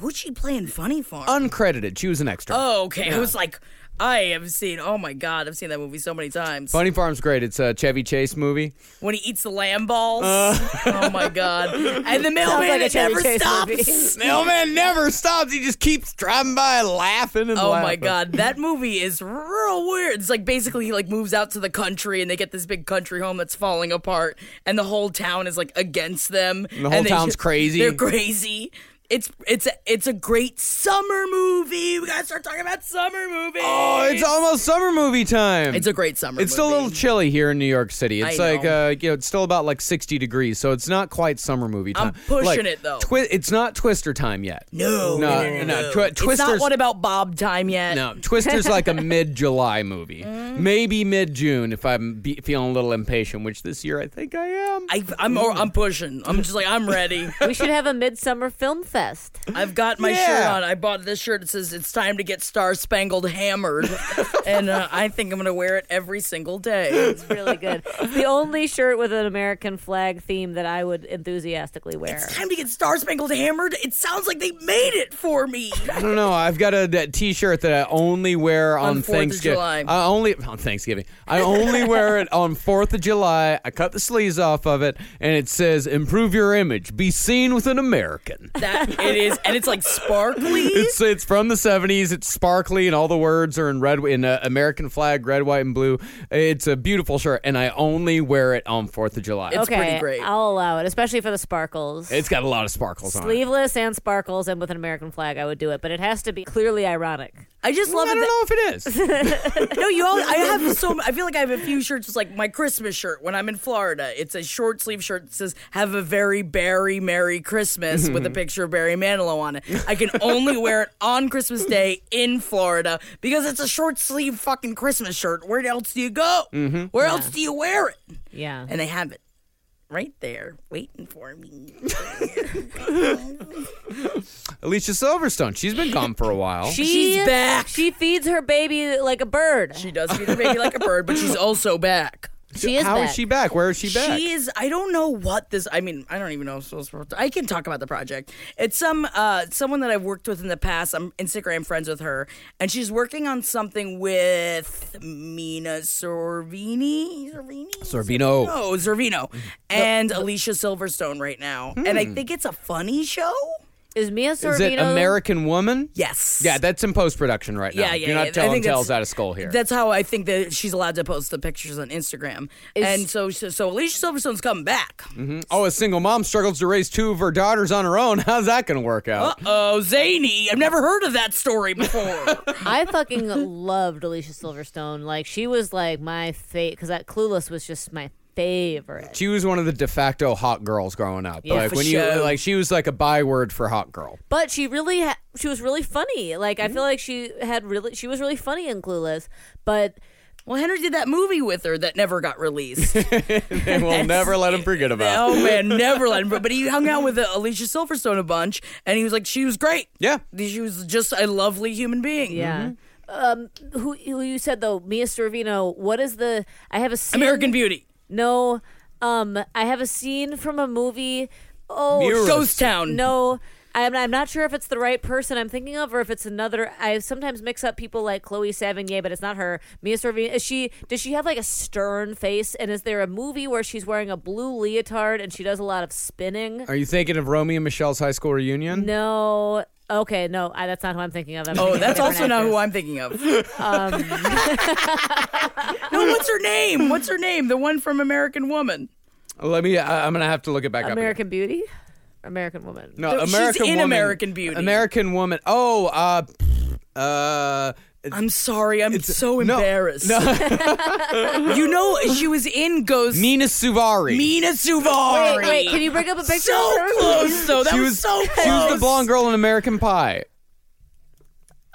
[SPEAKER 1] Who'd she play in Funny Farm?
[SPEAKER 2] uncredited. She was an extra.
[SPEAKER 1] oh, okay. I was like, I have seen. Oh my god, I've seen that movie so many times.
[SPEAKER 2] Funny Farm's great. It's a Chevy Chase movie.
[SPEAKER 1] when he eats the lamb balls.
[SPEAKER 2] Uh.
[SPEAKER 1] oh my god! And the mailman
[SPEAKER 3] like a
[SPEAKER 1] it
[SPEAKER 3] Chevy
[SPEAKER 1] never
[SPEAKER 3] Chase movie.
[SPEAKER 1] stops.
[SPEAKER 2] Mailman never stops. He just keeps driving by laughing and
[SPEAKER 1] Oh my god, that movie is real weird. It's like basically he like moves out to the country and they get this big country home that's falling apart and the whole town is like against them. And
[SPEAKER 2] the whole
[SPEAKER 1] they
[SPEAKER 2] town's
[SPEAKER 1] ju-
[SPEAKER 2] crazy.
[SPEAKER 1] They're crazy. It's it's a, it's a great summer movie. We gotta start talking about summer movies.
[SPEAKER 2] Oh, it's almost summer movie time.
[SPEAKER 1] it's a great summer.
[SPEAKER 2] It's still a little
[SPEAKER 1] movie.
[SPEAKER 2] chilly here in New York City. It's
[SPEAKER 1] I
[SPEAKER 2] like
[SPEAKER 1] know.
[SPEAKER 2] uh, you know, it's still about like sixty degrees, so it's not quite summer movie time.
[SPEAKER 1] I'm pushing
[SPEAKER 2] Like,
[SPEAKER 1] it, though.
[SPEAKER 2] Twi- it's not Twister time yet.
[SPEAKER 1] No, no,
[SPEAKER 2] No,
[SPEAKER 1] no, no,
[SPEAKER 2] no,
[SPEAKER 1] no.
[SPEAKER 2] Twi-
[SPEAKER 1] It's not
[SPEAKER 2] Twister's-
[SPEAKER 1] what about Bob time yet.
[SPEAKER 2] No, Twister's like a mid-July movie,
[SPEAKER 1] Mm.
[SPEAKER 2] maybe mid-June if I'm be- feeling a little impatient, which this year I think I am.
[SPEAKER 1] I, I'm or I'm pushing. I'm just like I'm ready.
[SPEAKER 3] we should have a midsummer film fest.
[SPEAKER 1] I've got my shirt
[SPEAKER 2] Yeah.
[SPEAKER 1] on. I bought this shirt. It says "It's time to get star spangled hammered," and uh, I think I'm gonna wear it every single day.
[SPEAKER 3] It's really good. the only shirt with an American flag theme that I would enthusiastically wear.
[SPEAKER 1] It's time to get star spangled hammered. It sounds like they made it for me.
[SPEAKER 2] I don't know. I've got a that T-shirt that I only wear
[SPEAKER 1] On
[SPEAKER 2] on,
[SPEAKER 1] 4th of
[SPEAKER 2] Thanksgiving.
[SPEAKER 1] July.
[SPEAKER 2] I only on Thanksgiving. I only wear it on Fourth of July. I cut the sleeves off of it, and it says "Improve your image, be seen with an American."
[SPEAKER 1] That it is, and it's like sparkly.
[SPEAKER 2] It's it's from the seventies. It's sparkly, and all the words are in red in uh, American flag, red, white, and blue. It's a beautiful shirt, and I only wear it on Fourth of July.
[SPEAKER 1] It's-
[SPEAKER 3] okay,
[SPEAKER 1] pretty great.
[SPEAKER 3] I'll allow it, especially for the sparkles.
[SPEAKER 2] it's got a lot of sparkles on it.
[SPEAKER 3] Sleeveless and sparkles, and with an American flag, I would do it. But it has to be clearly ironic.
[SPEAKER 1] I just love
[SPEAKER 2] I
[SPEAKER 1] it.
[SPEAKER 2] don't
[SPEAKER 1] that-
[SPEAKER 2] know if it is.
[SPEAKER 1] No, you all. I have so. I feel like I have a few shirts. It's like my Christmas shirt when I'm in Florida. It's a short sleeve shirt that says "Have a very Barry Merry Christmas" with a picture of Barry Manilow on it. I can only wear it on Christmas Day in Florida because it's a short sleeve fucking Christmas shirt. Where else do you go? Where else do you wear it?
[SPEAKER 3] Yeah.
[SPEAKER 1] And they have it right there, waiting for me.
[SPEAKER 2] Alicia Silverstone. She's been gone for a while.
[SPEAKER 3] she,
[SPEAKER 1] She's back.
[SPEAKER 3] She feeds her baby like a bird.
[SPEAKER 1] She does feed her baby like a bird, but she's also back.
[SPEAKER 3] She is
[SPEAKER 2] How
[SPEAKER 3] back.
[SPEAKER 2] she back? Where is she back?
[SPEAKER 1] She is. I don't know what this. I mean, I don't even know. If I'm supposed to, I can talk about the project. It's some uh, someone that I've worked with in the past. I'm Instagram friends with her, and she's working on something with Mina Sorvini. Sorvini.
[SPEAKER 2] Sorvino.
[SPEAKER 1] No, Sorvino,
[SPEAKER 2] Mm-hmm.
[SPEAKER 1] and Alicia Silverstone right now.
[SPEAKER 2] Hmm.
[SPEAKER 1] And I think it's a funny show.
[SPEAKER 3] Is Mia Sorvino?
[SPEAKER 2] Is it American Woman?
[SPEAKER 1] Yes.
[SPEAKER 2] Yeah, that's in post production right now.
[SPEAKER 1] Yeah, yeah,
[SPEAKER 2] You're
[SPEAKER 1] yeah.
[SPEAKER 2] not
[SPEAKER 1] I
[SPEAKER 2] telling
[SPEAKER 1] think that's-
[SPEAKER 2] tales out of school here.
[SPEAKER 1] That's how I think that she's allowed to post the pictures on Instagram. and so, so, so Alicia Silverstone's coming back.
[SPEAKER 2] oh, a single mom struggles to raise two of her daughters on her own. How's that going to work
[SPEAKER 1] Uh
[SPEAKER 2] out?
[SPEAKER 1] oh, zany! I've never heard of that story before.
[SPEAKER 3] I fucking loved Alicia Silverstone. Like she was like my fate because that Clueless was just my favorite.
[SPEAKER 2] She was one of the de facto hot girls growing up.
[SPEAKER 3] Yeah,
[SPEAKER 2] like
[SPEAKER 1] for
[SPEAKER 2] when
[SPEAKER 1] sure.
[SPEAKER 2] you like she was like a byword for hot girl.
[SPEAKER 3] but she really ha- she was really funny. Like I feel like she had really she was really funny in Clueless, but
[SPEAKER 1] well, Henry did that movie with her that never got released.
[SPEAKER 2] they will never let him forget about.
[SPEAKER 1] oh man, never let him. But he hung out with uh, Alicia Silverstone a bunch, and he was like, she was great.
[SPEAKER 2] Yeah.
[SPEAKER 1] She was just a lovely human being.
[SPEAKER 3] yeah. Um, who who you said though? Mia Sorvino. What is the? I have a scene,
[SPEAKER 1] Mm-hmm. American Beauty,
[SPEAKER 3] No, um, I have a scene from a movie. Oh,
[SPEAKER 1] Ghost Town.
[SPEAKER 3] No, I'm, I'm not sure if it's the right person I'm thinking of or if it's another. I sometimes mix up people like Chloe Savigny, but it's not her. Mia Sorvino. Is she? Does she have like a stern face? And is there a movie where she's wearing a blue leotard and she does a lot of spinning?
[SPEAKER 2] Are you thinking of Romeo and Michelle's high school reunion?
[SPEAKER 3] No. Okay, no, I, that's not who I'm thinking of. I'm thinking
[SPEAKER 1] Oh,
[SPEAKER 3] of
[SPEAKER 1] that's
[SPEAKER 3] different
[SPEAKER 1] also not who
[SPEAKER 3] actors.
[SPEAKER 1] I'm thinking of. Um. no, what's her name? What's her name? The one from American Woman.
[SPEAKER 2] Let me. I, I'm gonna have to look it back up.
[SPEAKER 3] American Beauty, American Woman.
[SPEAKER 2] No,
[SPEAKER 1] No, she's
[SPEAKER 2] American
[SPEAKER 1] in
[SPEAKER 2] Woman.
[SPEAKER 1] American Beauty.
[SPEAKER 2] American Woman. Oh, uh, uh,
[SPEAKER 1] I'm sorry. I'm so
[SPEAKER 2] no,
[SPEAKER 1] embarrassed. you know, she was in Ghost.
[SPEAKER 2] Nina Suvari.
[SPEAKER 1] Mina Suvari.
[SPEAKER 3] Wait, wait, can you bring up a picture?
[SPEAKER 1] so
[SPEAKER 3] of her?
[SPEAKER 1] close though. That
[SPEAKER 2] she
[SPEAKER 1] was, so close.
[SPEAKER 2] She was the blonde girl in American Pie.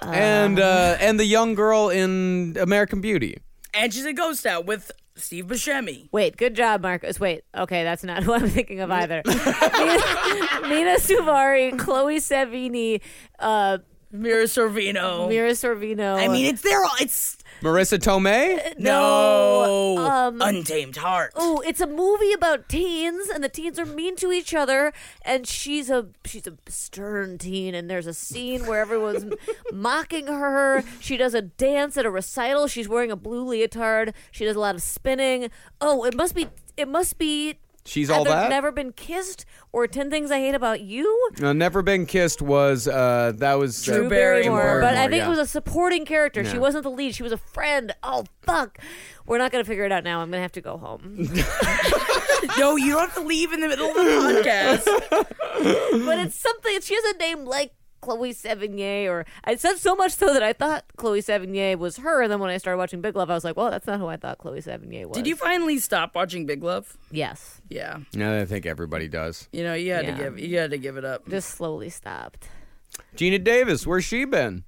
[SPEAKER 2] and uh, and the young girl in American Beauty.
[SPEAKER 1] and she's in Ghost Town with Steve Buscemi.
[SPEAKER 3] Wait, good job, Marcus. Wait, okay, that's not who I'm thinking of either. Mina, Mina Suvari, Chloe Savini, uh,
[SPEAKER 1] Mira Sorvino.
[SPEAKER 3] Mira Sorvino.
[SPEAKER 1] Oh. I mean, it's they're all. It's
[SPEAKER 2] Marissa Tomei.
[SPEAKER 3] Uh,
[SPEAKER 1] no,
[SPEAKER 3] um,
[SPEAKER 1] untamed heart.
[SPEAKER 3] Oh, it's a movie about teens, and the teens are mean to each other. And she's a she's a stern teen, and there's a scene where everyone's mocking her. She does a dance at a recital. She's wearing a blue leotard. She does a lot of spinning. Oh, it must be it must be.
[SPEAKER 2] She's all
[SPEAKER 3] either
[SPEAKER 2] that?
[SPEAKER 3] Never been kissed, or Ten Things I Hate About You.
[SPEAKER 2] No, Never Been Kissed was uh, that was uh,
[SPEAKER 1] Drew Barrymore.
[SPEAKER 3] But I
[SPEAKER 2] Barrymore,
[SPEAKER 3] think
[SPEAKER 2] yeah.
[SPEAKER 3] it was a supporting character. She
[SPEAKER 2] Yeah.
[SPEAKER 3] wasn't the lead. She was a friend. Oh fuck. We're not gonna figure it out now. I'm gonna have to go home.
[SPEAKER 1] No, you don't have to leave in the middle of the podcast.
[SPEAKER 3] but it's something she has a name like Chloe Sevigny or I said so much so that I thought Chloe Sevigny was her, and then when I started watching Big Love, I was like, Well, that's not who I thought Chloe Sevigny was.
[SPEAKER 1] Did you finally stop watching Big Love?
[SPEAKER 3] Yes.
[SPEAKER 1] Yeah,
[SPEAKER 2] No, I think everybody does.
[SPEAKER 1] you know you had
[SPEAKER 3] Yeah.
[SPEAKER 1] to give you had to give it up.
[SPEAKER 3] Just slowly stopped.
[SPEAKER 2] Gina Davis, where's she been?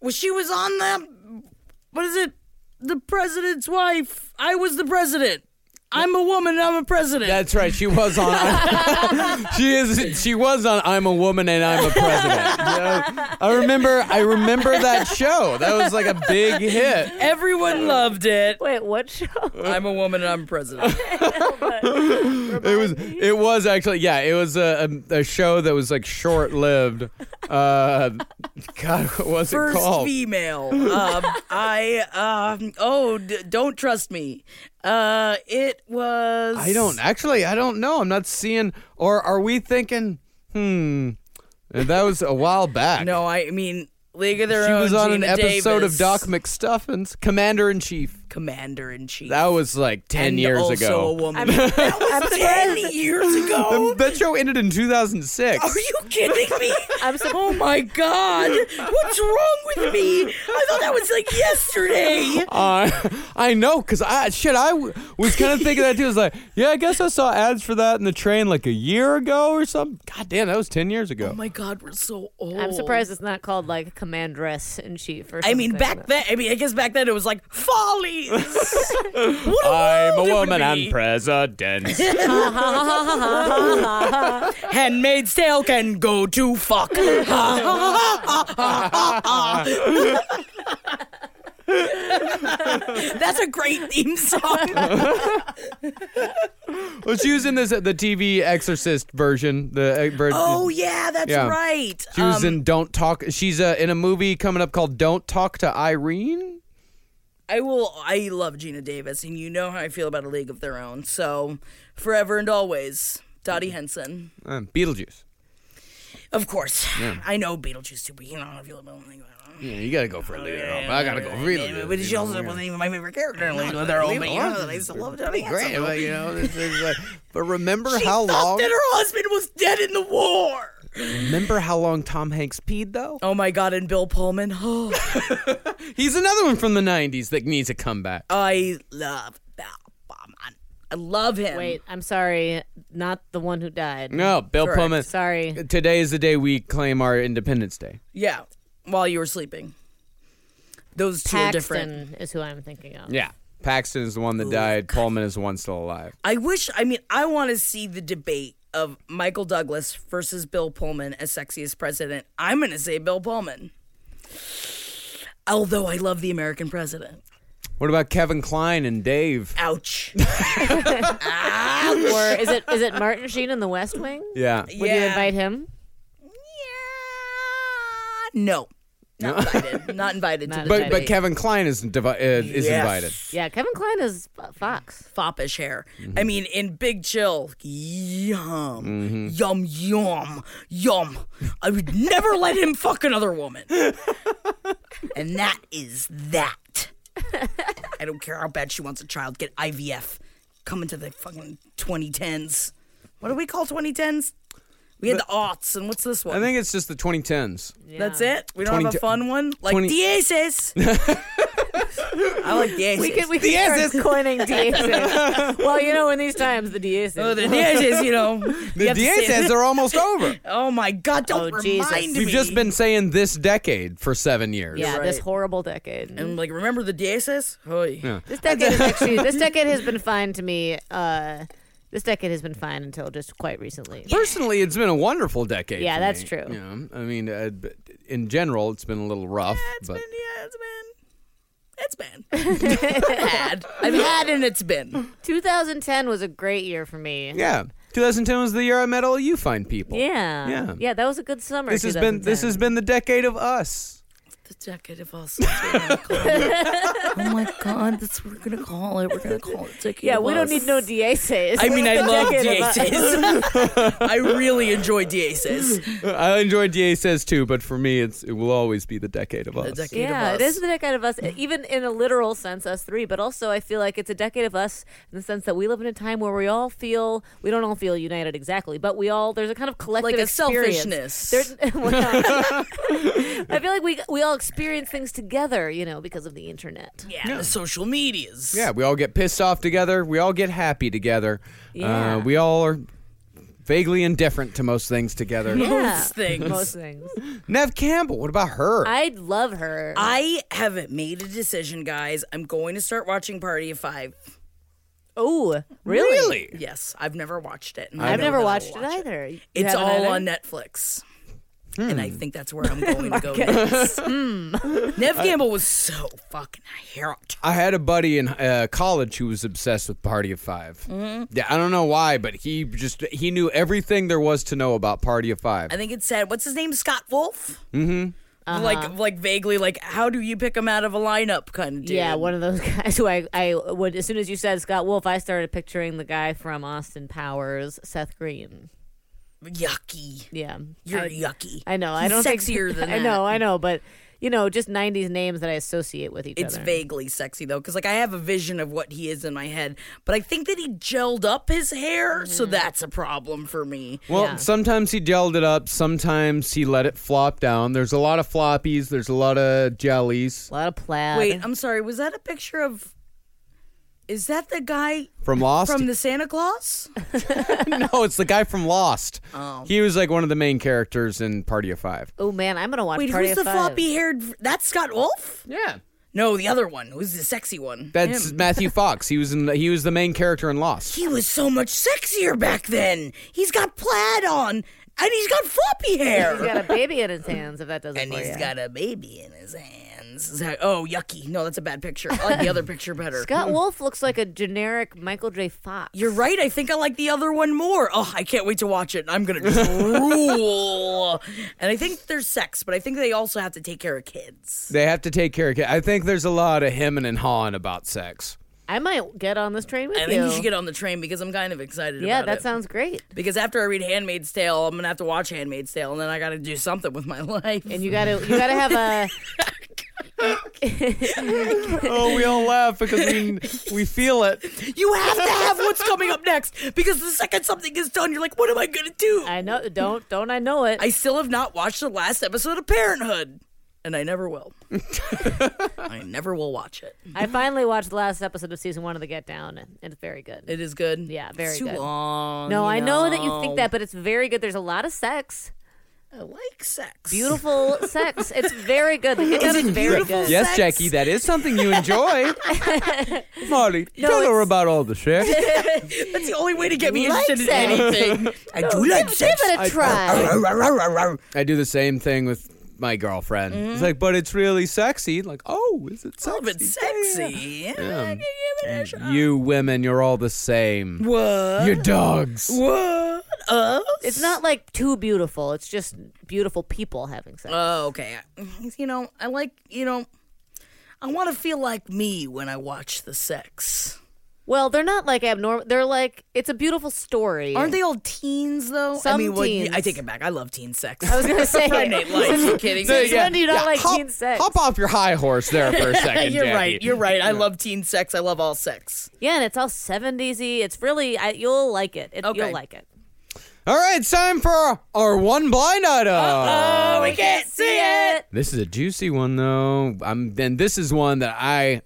[SPEAKER 1] Well, she was on the what is it? The president's wife. I was the president. I'm a woman. I'm a president.
[SPEAKER 2] That's right. She was on. she is. She was on. I'm a woman and I'm a president. Yeah. I remember. I remember that show. That was like a big hit.
[SPEAKER 1] Everyone loved it.
[SPEAKER 3] Wait, what show?
[SPEAKER 1] I'm a woman and I'm a president.
[SPEAKER 2] It was. It was actually. Yeah. It was a a, a show that was like short lived. Uh, God, what was
[SPEAKER 1] First
[SPEAKER 2] it called?
[SPEAKER 1] female. Um, I um, oh, d- don't trust me. Uh, it was.
[SPEAKER 2] I don't actually. I don't know. I'm not seeing. Or are we thinking? Hmm. That was a while back.
[SPEAKER 1] No, I mean League of Their
[SPEAKER 2] She
[SPEAKER 1] Own.
[SPEAKER 2] was on an
[SPEAKER 1] Gina
[SPEAKER 2] episode
[SPEAKER 1] Davis,
[SPEAKER 2] of Doc McStuffins, Commander in Chief.
[SPEAKER 1] Commander in Chief.
[SPEAKER 2] That was like 10
[SPEAKER 1] and
[SPEAKER 2] years
[SPEAKER 1] also a
[SPEAKER 2] ago.
[SPEAKER 1] woman. that was ten years ago.
[SPEAKER 2] The- that show ended in 2006.
[SPEAKER 1] Are you kidding me?
[SPEAKER 3] I'm so-
[SPEAKER 1] oh my god! What's wrong with me? I thought that was like yesterday. Oh
[SPEAKER 2] Uh, I know, because I, shit, I w- was kind of thinking that too. I was like, yeah, I guess I saw ads for that in the train like a year ago or something. God damn, that was 10 years ago.
[SPEAKER 1] Oh my god, we're so old.
[SPEAKER 3] I'm surprised it's not called like Commandress in Chief or something.
[SPEAKER 1] I mean, back then, I mean, I guess back then it was like follies. what a world it
[SPEAKER 2] I'm a
[SPEAKER 1] would
[SPEAKER 2] woman
[SPEAKER 1] be.
[SPEAKER 2] and president.
[SPEAKER 1] Handmaid's Tale can go to fuck. That's a great theme song.
[SPEAKER 2] well, she was in this the TV Exorcist version. The uh, ver-
[SPEAKER 1] Oh yeah, that's
[SPEAKER 2] Yeah.
[SPEAKER 1] right. Um,
[SPEAKER 2] she was in Don't Talk. She's uh, in a movie coming up called Don't Talk to Irene.
[SPEAKER 1] I will. I love Gina Davis, and you know how I feel about A League of Their Own. So, forever and always, Dottie Henson.
[SPEAKER 2] Uh, Beetlejuice.
[SPEAKER 1] Of course, I know Beetlejuice too, but you know how I feel about. League of Their Own.
[SPEAKER 2] Yeah, you gotta go for League of Their Own. but I gotta go for Beetlejuice.
[SPEAKER 1] But she also wasn't even my favorite character in League of Their Own. But you know that I still love Dottie Henson.
[SPEAKER 2] great. But, you know, this is like, but remember
[SPEAKER 1] She
[SPEAKER 2] how
[SPEAKER 1] thought
[SPEAKER 2] long?
[SPEAKER 1] that her husband was dead in the war.
[SPEAKER 2] Remember how long Tom Hanks peed though?
[SPEAKER 1] Oh my god, and Bill Pullman. Oh,
[SPEAKER 2] He's another one from the '90s that needs a comeback.
[SPEAKER 1] I love Bill Pullman. I love him.
[SPEAKER 3] Wait, I'm sorry, not the one who died.
[SPEAKER 2] No, Bill
[SPEAKER 1] Correct.
[SPEAKER 2] Pullman.
[SPEAKER 3] Sorry.
[SPEAKER 2] Today is the day we claim our Independence Day.
[SPEAKER 1] Yeah, while you were sleeping. Those two are different.
[SPEAKER 3] Paxton is who I'm thinking of.
[SPEAKER 2] Yeah. Paxton is the one that died. Pullman is the one still alive.
[SPEAKER 1] I wish. I mean, I want to see the debate of Michael Douglas versus Bill Pullman as sexiest president. I'm going to say Bill Pullman. Although I love the American president.
[SPEAKER 2] What about Kevin Klein and Dave?
[SPEAKER 1] Ouch.
[SPEAKER 3] Or is it is it Martin Sheen in The West Wing?
[SPEAKER 2] Yeah.
[SPEAKER 3] Would you
[SPEAKER 1] Yeah.
[SPEAKER 3] invite him?
[SPEAKER 1] no. Not invited. Not invited to
[SPEAKER 3] Not
[SPEAKER 1] the
[SPEAKER 2] But
[SPEAKER 1] debate.
[SPEAKER 2] but Kevin Klein is divi- uh, is
[SPEAKER 1] Yes.
[SPEAKER 2] invited.
[SPEAKER 3] Yeah, Kevin Klein is Fo- Fox.
[SPEAKER 1] foppish hair. I mean, in Big Chill, yum, yum, yum, yum. I would never let him fuck another woman. and that is that. I don't care how bad she wants a child. Get IVF. Come into the fucking 2010s. What do we call 2010s? We had the aughts, and what's this one?
[SPEAKER 2] I think it's just the 2010s.
[SPEAKER 1] That's it. We don't have
[SPEAKER 2] 20
[SPEAKER 1] a fun one like
[SPEAKER 2] 20
[SPEAKER 1] diesis. I like diesis.
[SPEAKER 3] We could we could start coining deaces. well, you know, in these times, the deaces.
[SPEAKER 1] Oh, the diesis, you know.
[SPEAKER 2] The DSS are almost over.
[SPEAKER 1] Oh my God! Don't
[SPEAKER 3] Oh,
[SPEAKER 1] remind
[SPEAKER 3] Jesus.
[SPEAKER 1] me.
[SPEAKER 2] We've just been saying this decade for seven years.
[SPEAKER 3] yeah, this
[SPEAKER 1] right. Um,
[SPEAKER 3] horrible decade.
[SPEAKER 1] and like remember the DSS? Oh yeah.
[SPEAKER 3] This decade is actually this decade has been fine to me. Uh, this decade has been fine until just quite recently.
[SPEAKER 2] Personally, it's been a wonderful decade.
[SPEAKER 3] Yeah,
[SPEAKER 2] for
[SPEAKER 3] that's
[SPEAKER 2] me.
[SPEAKER 3] true.
[SPEAKER 2] Yeah, I mean, uh, b- in general, it's been a little rough.
[SPEAKER 1] It's
[SPEAKER 2] but
[SPEAKER 1] been yeah, it's been. It's been. I've had. I've had and it's been.
[SPEAKER 3] 2010 was a great year for me.
[SPEAKER 2] yeah, 2010 was the year I met all you fine people.
[SPEAKER 3] Yeah.
[SPEAKER 2] Yeah.
[SPEAKER 3] that was a good summer.
[SPEAKER 2] This has been this has
[SPEAKER 3] 2010.
[SPEAKER 2] been the decade of us.
[SPEAKER 1] The decade of us. oh my God! That's what we're gonna call it. We're gonna call it decade.
[SPEAKER 3] Yeah,
[SPEAKER 1] of
[SPEAKER 3] we don't
[SPEAKER 1] us.
[SPEAKER 3] need no DACs.
[SPEAKER 1] I mean, I love
[SPEAKER 3] Decade of us.
[SPEAKER 1] DSS. I really enjoy DSS.
[SPEAKER 2] Uh, I enjoy DA says too, but for me, it's it will always be the decade of us.
[SPEAKER 1] decade. of
[SPEAKER 3] Yeah, it
[SPEAKER 1] us.
[SPEAKER 3] is the decade of us, e, even in a literal sense, us three. But also, I feel like it's a decade of us in the sense that we live in a time where we all feel we don't all feel united exactly, but we all there's a kind of collective
[SPEAKER 1] Like a
[SPEAKER 3] experience.
[SPEAKER 1] selfishness.
[SPEAKER 3] There's- I feel like we we all experience things together, you know, because of the internet.
[SPEAKER 1] Yeah, the social medias.
[SPEAKER 2] Yeah, we all get pissed off together. We all get happy together.
[SPEAKER 3] Yeah.
[SPEAKER 2] Uh, we all are vaguely indifferent to most things together.
[SPEAKER 1] Most things.
[SPEAKER 3] Most things.
[SPEAKER 2] Nev Campbell, what about her?
[SPEAKER 3] I love her.
[SPEAKER 1] I haven't made a decision, guys. I'm going to start watching Party of Five.
[SPEAKER 3] oh, really?
[SPEAKER 1] Yes, I've never watched it. and I
[SPEAKER 3] I've
[SPEAKER 1] know
[SPEAKER 3] never
[SPEAKER 1] that I'll
[SPEAKER 3] watched it
[SPEAKER 1] watch
[SPEAKER 3] either. You
[SPEAKER 1] It's
[SPEAKER 3] haven't
[SPEAKER 1] all
[SPEAKER 3] either?
[SPEAKER 1] on Netflix. And I think that's where I'm going to go next.
[SPEAKER 3] Hmm.
[SPEAKER 1] Nev Campbel was so fucking hot.
[SPEAKER 2] I had a buddy in uh, college who was obsessed with Party of 5
[SPEAKER 3] Mm-hmm.
[SPEAKER 2] Yeah, I don't know why, but he just he knew everything there was to know about Party of Five.
[SPEAKER 1] I think it said, what's his name? Scott Wolf? Mm-hmm.
[SPEAKER 3] Uh-huh.
[SPEAKER 1] Like, like vaguely, like, how do you pick him out of a lineup kind of dude?
[SPEAKER 3] Yeah, one of those guys who I, I would as soon as you said Scott Wolf, I started picturing the guy from Austin Powers, Seth Green.
[SPEAKER 1] Yucky.
[SPEAKER 3] Yeah.
[SPEAKER 1] You're
[SPEAKER 3] I,
[SPEAKER 1] yucky.
[SPEAKER 3] I know. I
[SPEAKER 1] He's
[SPEAKER 3] don't think-
[SPEAKER 1] sexier than
[SPEAKER 3] I
[SPEAKER 1] that.
[SPEAKER 3] know, I know, but you know, just nineties names that I associate with each
[SPEAKER 1] It's
[SPEAKER 3] other.
[SPEAKER 1] vaguely sexy though, because like I have a vision of what he is in my head, but I think that he gelled up his hair, so
[SPEAKER 3] Mm-hmm.
[SPEAKER 1] that's a problem for me.
[SPEAKER 2] well,
[SPEAKER 3] yeah.
[SPEAKER 2] sometimes he gelled it up, sometimes he let it flop down. There's a lot of floppies, there's a lot of jellies
[SPEAKER 3] A lot of plaid.
[SPEAKER 1] Wait, um, I'm sorry. Was that a picture of? Is that the guy
[SPEAKER 2] from Lost.
[SPEAKER 1] from the Santa Claus?
[SPEAKER 2] no, it's the guy from Lost. Oh. He was like one of the main characters in Party of Five.
[SPEAKER 3] oh man, I'm gonna watch
[SPEAKER 1] Wait,
[SPEAKER 3] Party
[SPEAKER 1] who's the
[SPEAKER 3] of Five.
[SPEAKER 1] floppy haired? That's Scott Wolf.
[SPEAKER 2] Yeah,
[SPEAKER 1] No, the other one. Who's the sexy one?
[SPEAKER 2] that's
[SPEAKER 1] Him.
[SPEAKER 2] Matthew Fox. He was in. The, he was the main character in Lost.
[SPEAKER 1] He was so much sexier back then. He's got plaid on, and he's got floppy hair.
[SPEAKER 3] He's got a baby in his hands if that doesn't
[SPEAKER 1] and
[SPEAKER 3] for
[SPEAKER 1] he's
[SPEAKER 3] ya.
[SPEAKER 1] got a baby in his hands. Is that- Oh, yucky. No, that's a bad picture. I like the other picture better.
[SPEAKER 3] Scott Wolf looks like a generic Michael J. Fox.
[SPEAKER 1] Hmm. You're right. I think I like the other one more. Oh, I can't wait to watch it. I'm gonna drool. and I think there's sex, but I think they also have to take care of kids.
[SPEAKER 2] They have to take care of. ki- I think there's a lot of hemming and hawing about sex.
[SPEAKER 3] I might get on this train with
[SPEAKER 1] I think you should get on the train because I'm kind of excited
[SPEAKER 3] yeah,
[SPEAKER 1] about
[SPEAKER 3] that
[SPEAKER 1] it.
[SPEAKER 3] sounds great.
[SPEAKER 1] because after I read Handmaid's Tale, I'm gonna have to watch Handmaid's Tale, and then I gotta do something with my life.
[SPEAKER 3] And you gotta you gotta have a
[SPEAKER 2] oh, we all laugh because we we feel it.
[SPEAKER 1] you have to have what's coming up next because the second something is done, you're like, what am I gonna do?
[SPEAKER 3] I know don't don't I know it.
[SPEAKER 1] I still have not watched the last episode of Parenthood. and I never will. I never will watch it.
[SPEAKER 3] I finally watched the last episode of season one of The Get Down, and it's very good.
[SPEAKER 1] It is good.
[SPEAKER 3] Yeah, very
[SPEAKER 1] it's too
[SPEAKER 3] good.
[SPEAKER 1] long.
[SPEAKER 3] no,
[SPEAKER 1] you
[SPEAKER 3] I know that you think that, but it's very good. There's a lot of sex,
[SPEAKER 1] I like sex.
[SPEAKER 3] beautiful sex. It's very good. The Get Down is very
[SPEAKER 1] beautiful
[SPEAKER 3] good.
[SPEAKER 1] sex?
[SPEAKER 2] Yes, Jackie, that is something you enjoy. Molly, tell her about all the sex.
[SPEAKER 1] That's the only way to get me
[SPEAKER 3] like
[SPEAKER 1] interested
[SPEAKER 3] sex.
[SPEAKER 1] in anything. I do like
[SPEAKER 3] Give it a try.
[SPEAKER 2] I do the same thing with my girlfriend. It's like, but it's really sexy. Like, oh, is it sexy?
[SPEAKER 1] Mm-hmm. Oh, but sexy. Yeah, I can give it a shot.
[SPEAKER 2] You women, you're all the same.
[SPEAKER 1] What?
[SPEAKER 2] You're dogs.
[SPEAKER 1] What? Uh? Us?
[SPEAKER 3] It's not like too beautiful. It's just beautiful people having sex.
[SPEAKER 1] Oh, okay. You know, I like, you know, I want to feel like me when I watch the sex.
[SPEAKER 3] Well, they're not like abnormal. They're like it's a beautiful story.
[SPEAKER 1] Aren't they all teens, though? I
[SPEAKER 3] Some
[SPEAKER 1] mean, well, yeah,
[SPEAKER 3] teens.
[SPEAKER 1] I take it back. I love teen sex.
[SPEAKER 3] I was gonna say.
[SPEAKER 1] Nate Life. you kidding
[SPEAKER 2] So,
[SPEAKER 1] me?
[SPEAKER 3] Since when do you not like
[SPEAKER 2] hop,
[SPEAKER 3] teen sex?
[SPEAKER 2] Hop off your high horse there for a second.
[SPEAKER 1] You're
[SPEAKER 2] Jackie.
[SPEAKER 1] right. You're right. I love teen sex. I love all sex.
[SPEAKER 3] Yeah, and it's all seventies-y. It's really I, you'll like it. it
[SPEAKER 1] Okay.
[SPEAKER 3] You'll like it.
[SPEAKER 2] All right, it's time for our one blind item.
[SPEAKER 1] Oh, we can't see it.
[SPEAKER 2] This is a juicy one, though. I'm then. This is one that I,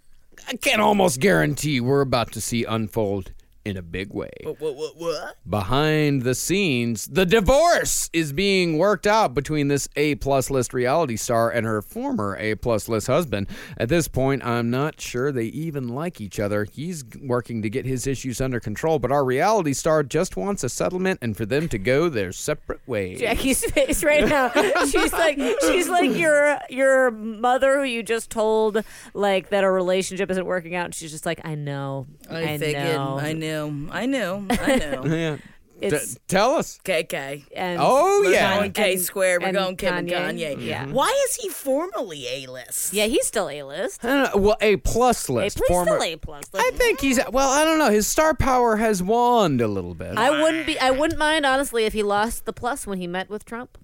[SPEAKER 2] I can almost guarantee we're about to see unfold in a big way.
[SPEAKER 1] What? What? What?
[SPEAKER 2] Behind the scenes, the divorce is being worked out between this A plus list reality star and her former A plus list husband. At this point, I'm not sure they even like each other. He's working to get his issues under control, but our reality star just wants a settlement and for them to go their separate ways.
[SPEAKER 3] Jackie's face right now. She's like she's like your your mother who you just told like that a relationship isn't working out, and she's just like, I know,
[SPEAKER 1] I,
[SPEAKER 3] I
[SPEAKER 1] figured.
[SPEAKER 3] know.
[SPEAKER 1] I knew. I knew. I knew.
[SPEAKER 2] Yeah. D-
[SPEAKER 3] It's
[SPEAKER 2] tell us.
[SPEAKER 1] KK.
[SPEAKER 3] and
[SPEAKER 2] Oh Mm-hmm.
[SPEAKER 1] We're
[SPEAKER 2] yeah.
[SPEAKER 1] going K squared. We're
[SPEAKER 3] and
[SPEAKER 1] going Kim and
[SPEAKER 3] Kanye.
[SPEAKER 1] Kanye.
[SPEAKER 3] Yeah.
[SPEAKER 1] Why is he formerly A list?
[SPEAKER 3] yeah, he's still a list.
[SPEAKER 2] I don't know. Well, A plus
[SPEAKER 3] A
[SPEAKER 2] list.
[SPEAKER 3] plus,
[SPEAKER 2] former-
[SPEAKER 3] still a plus.
[SPEAKER 2] I think he's well. I don't know. His star power has waned a little bit.
[SPEAKER 3] I wouldn't be. I wouldn't mind honestly if he lost the plus when he met with Trump.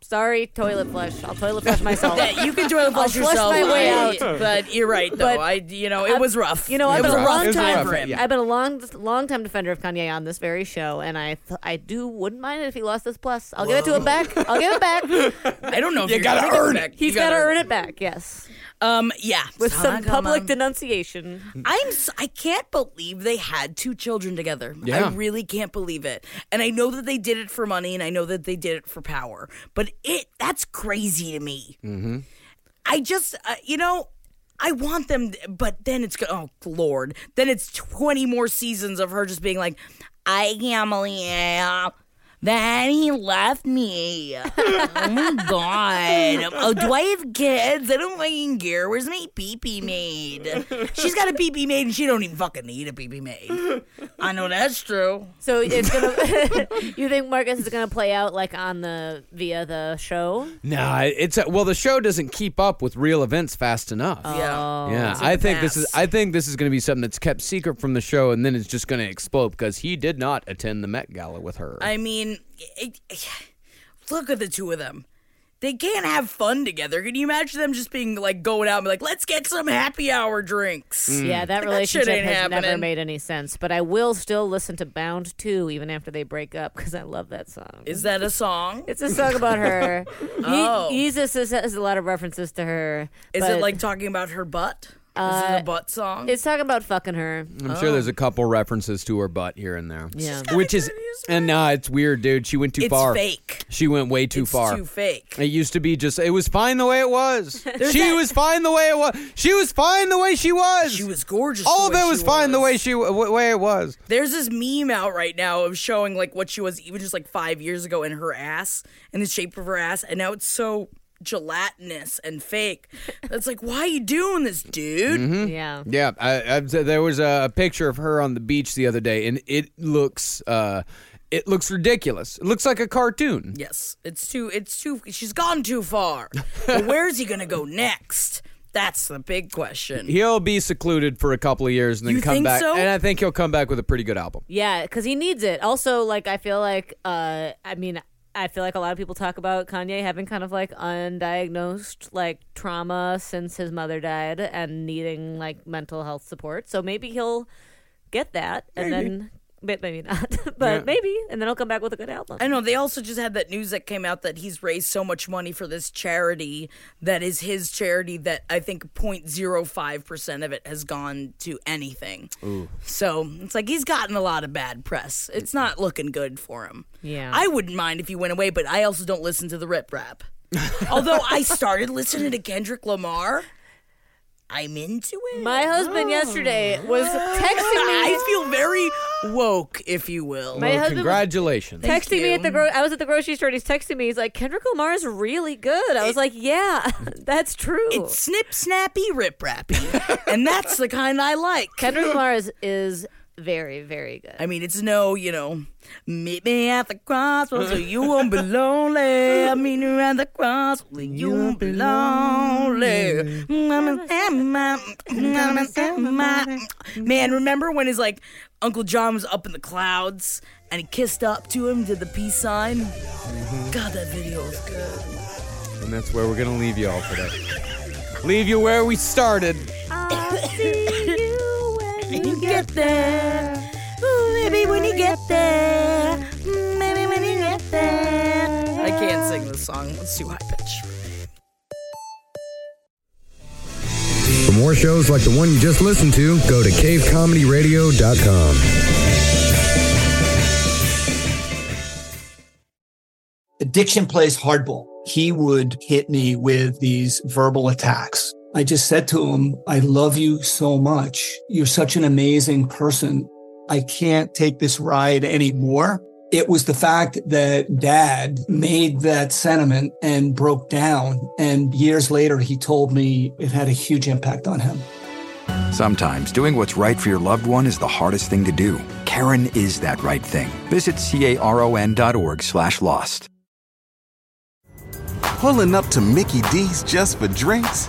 [SPEAKER 3] Sorry, toilet flush. I'll toilet flush myself.
[SPEAKER 1] That you can toilet flush
[SPEAKER 3] I'll flush
[SPEAKER 1] yourself,
[SPEAKER 3] my way
[SPEAKER 1] I-
[SPEAKER 3] out.
[SPEAKER 1] But you're right, though.
[SPEAKER 3] But
[SPEAKER 1] I, you know, it was rough.
[SPEAKER 3] You know, I've
[SPEAKER 1] it
[SPEAKER 3] been
[SPEAKER 1] was
[SPEAKER 3] a
[SPEAKER 1] a rough
[SPEAKER 3] long
[SPEAKER 1] time
[SPEAKER 3] time
[SPEAKER 1] for him.
[SPEAKER 2] yeah.
[SPEAKER 3] I've been a long, long time defender of Kanye on this very show, and I, th- I do wouldn't mind it if he lost this plus. I'll give it to him back. I'll give it back.
[SPEAKER 1] I don't know if you
[SPEAKER 2] gotta earn it.
[SPEAKER 3] He's got to earn it back. Yes,
[SPEAKER 1] Um, yeah,
[SPEAKER 3] with
[SPEAKER 1] Sana
[SPEAKER 3] some public
[SPEAKER 1] Gama.
[SPEAKER 3] denunciation.
[SPEAKER 1] I'm s- I can't believe they had two children together.
[SPEAKER 2] Yeah.
[SPEAKER 1] I really can't believe it. And I know that they did it for money and I know that they did it for power. But it that's crazy to me. Mm-hmm. I just uh, you know I want them but then it's go- oh lord. Then it's 20 more seasons of her just being like I can't believe then he left me. oh my god. Oh, do I have kids? I don't fucking care. Where's my pee-pee maid? She's got a pee-pee maid and she don't even fucking need a pee-pee maid. I know that's true.
[SPEAKER 3] So it's gonna. you think Marcus is gonna play out like on the via the show?
[SPEAKER 1] Hmm.
[SPEAKER 2] Nah, it's a, well, the show doesn't keep up with real events fast enough.
[SPEAKER 1] Yeah.
[SPEAKER 2] yeah, I think this is. I think this is going to be something that's kept secret from the show, and then it's just going to explode because he did not attend the Met Gala with her.
[SPEAKER 1] I mean, it, it- look at the two of them. They can't have fun together. Can you imagine them just being like going out and be like, let's get some happy hour drinks?
[SPEAKER 2] Mm.
[SPEAKER 3] Yeah, that
[SPEAKER 1] Like, that shit
[SPEAKER 3] relationship
[SPEAKER 1] ain't
[SPEAKER 3] has never
[SPEAKER 1] happening.
[SPEAKER 3] made any sense. But I will still listen to Bound 2 even after they break up because I love that song.
[SPEAKER 1] Is that a song?
[SPEAKER 3] it's a song about her.
[SPEAKER 1] Oh.
[SPEAKER 3] Ye- Yeezus has, has a lot of references to her.
[SPEAKER 1] Is
[SPEAKER 3] but
[SPEAKER 1] it like talking about her butt? Is
[SPEAKER 2] Uh,
[SPEAKER 1] it a butt song?
[SPEAKER 3] It's talking about fucking her.
[SPEAKER 2] I'm sure there's a couple references to her butt here and there.
[SPEAKER 3] Yeah.
[SPEAKER 2] which is and nah, it's weird, dude. She went too
[SPEAKER 1] It's
[SPEAKER 2] far.
[SPEAKER 1] fake.
[SPEAKER 2] She went way too
[SPEAKER 1] It's
[SPEAKER 2] far.
[SPEAKER 1] too fake.
[SPEAKER 2] It used to be just it was fine the way it was. she was fine the way it was. She was fine the way she was.
[SPEAKER 1] She was gorgeous.
[SPEAKER 2] All of
[SPEAKER 1] the
[SPEAKER 2] it
[SPEAKER 1] way
[SPEAKER 2] was
[SPEAKER 1] she
[SPEAKER 2] fine the way she w- way it was.
[SPEAKER 1] There's this meme out right now of showing like what she was even just like five years ago in her ass and the shape of her ass, and now it's so gelatinous and fake. That's like, why are you doing this,
[SPEAKER 2] Mm-hmm.
[SPEAKER 1] dude?
[SPEAKER 3] Yeah.
[SPEAKER 2] Yeah, I, I, there was a picture of her on the beach the other day, and it looks uh, it looks ridiculous. It looks like a cartoon.
[SPEAKER 1] Yes, it's too. It's too. She's gone too far. but where's he gonna go next? That's the big question.
[SPEAKER 2] He'll be secluded for a couple of years and then
[SPEAKER 1] You
[SPEAKER 2] come
[SPEAKER 1] think
[SPEAKER 2] back,
[SPEAKER 1] so?
[SPEAKER 2] and I think he'll come back with a pretty good album.
[SPEAKER 3] Yeah, because he needs it. Also, like, I feel like, uh, I mean, I feel like a lot of people talk about Kanye having kind of like undiagnosed like trauma since his mother died and needing like mental health support. So maybe he'll get that and then but maybe not. but
[SPEAKER 2] Yeah.
[SPEAKER 3] maybe, and then I'll come back with a good album.
[SPEAKER 1] I know they also just had that news that came out that he's raised so much money for this charity that is his charity that I think 0.05% of it has gone to anything. So it's like he's gotten a lot of bad press. It's not looking good for him.
[SPEAKER 3] Yeah.
[SPEAKER 1] I wouldn't mind if he went away, but I also don't listen to the rip rap. Although I started listening to Kendrick Lamar. I'm into it.
[SPEAKER 3] My husband yesterday was texting me.
[SPEAKER 1] I feel very woke, if you will.
[SPEAKER 3] My husband was
[SPEAKER 2] Congratulations.
[SPEAKER 3] texting me
[SPEAKER 1] you.
[SPEAKER 3] at the gro- I was at the grocery store. and He's texting me. He's like, Kendrick Lamar is really good. I was like, Yeah, that's true.
[SPEAKER 1] It's snip snappy rip rappy. and that's the kind I like.
[SPEAKER 3] Kendrick Lamar is, is very very good.
[SPEAKER 1] I mean, it's no, you know, meet me at the crossroads so you won't be lonely. I meet you at the crossroads so you won't be lonely. Man, remember when his like Uncle John was up in the clouds and he kissed up to him, did the peace sign? God, that video is good.
[SPEAKER 2] And that's where we're going to leave you all today. leave you where we started.
[SPEAKER 1] when you get there. Ooh, maybe when you get there. Maybe when you get there. I can't sing this song. It's too high pitch.
[SPEAKER 7] For more shows like the one you just listened to, go to cavecomedyradio.com.
[SPEAKER 8] Addiction plays hardball. He would hit me with these verbal attacks. I just said to him, I love you so much. You're such an amazing person. I can't take this ride anymore. It was the fact that dad made that sentiment and broke down. And years later, he told me it had a huge impact on him.
[SPEAKER 9] Sometimes doing what's right for your loved one is the hardest thing to do. Karen is that right thing. Visit caron.org slash lost.
[SPEAKER 10] Pulling up to Mickey D's just for drinks?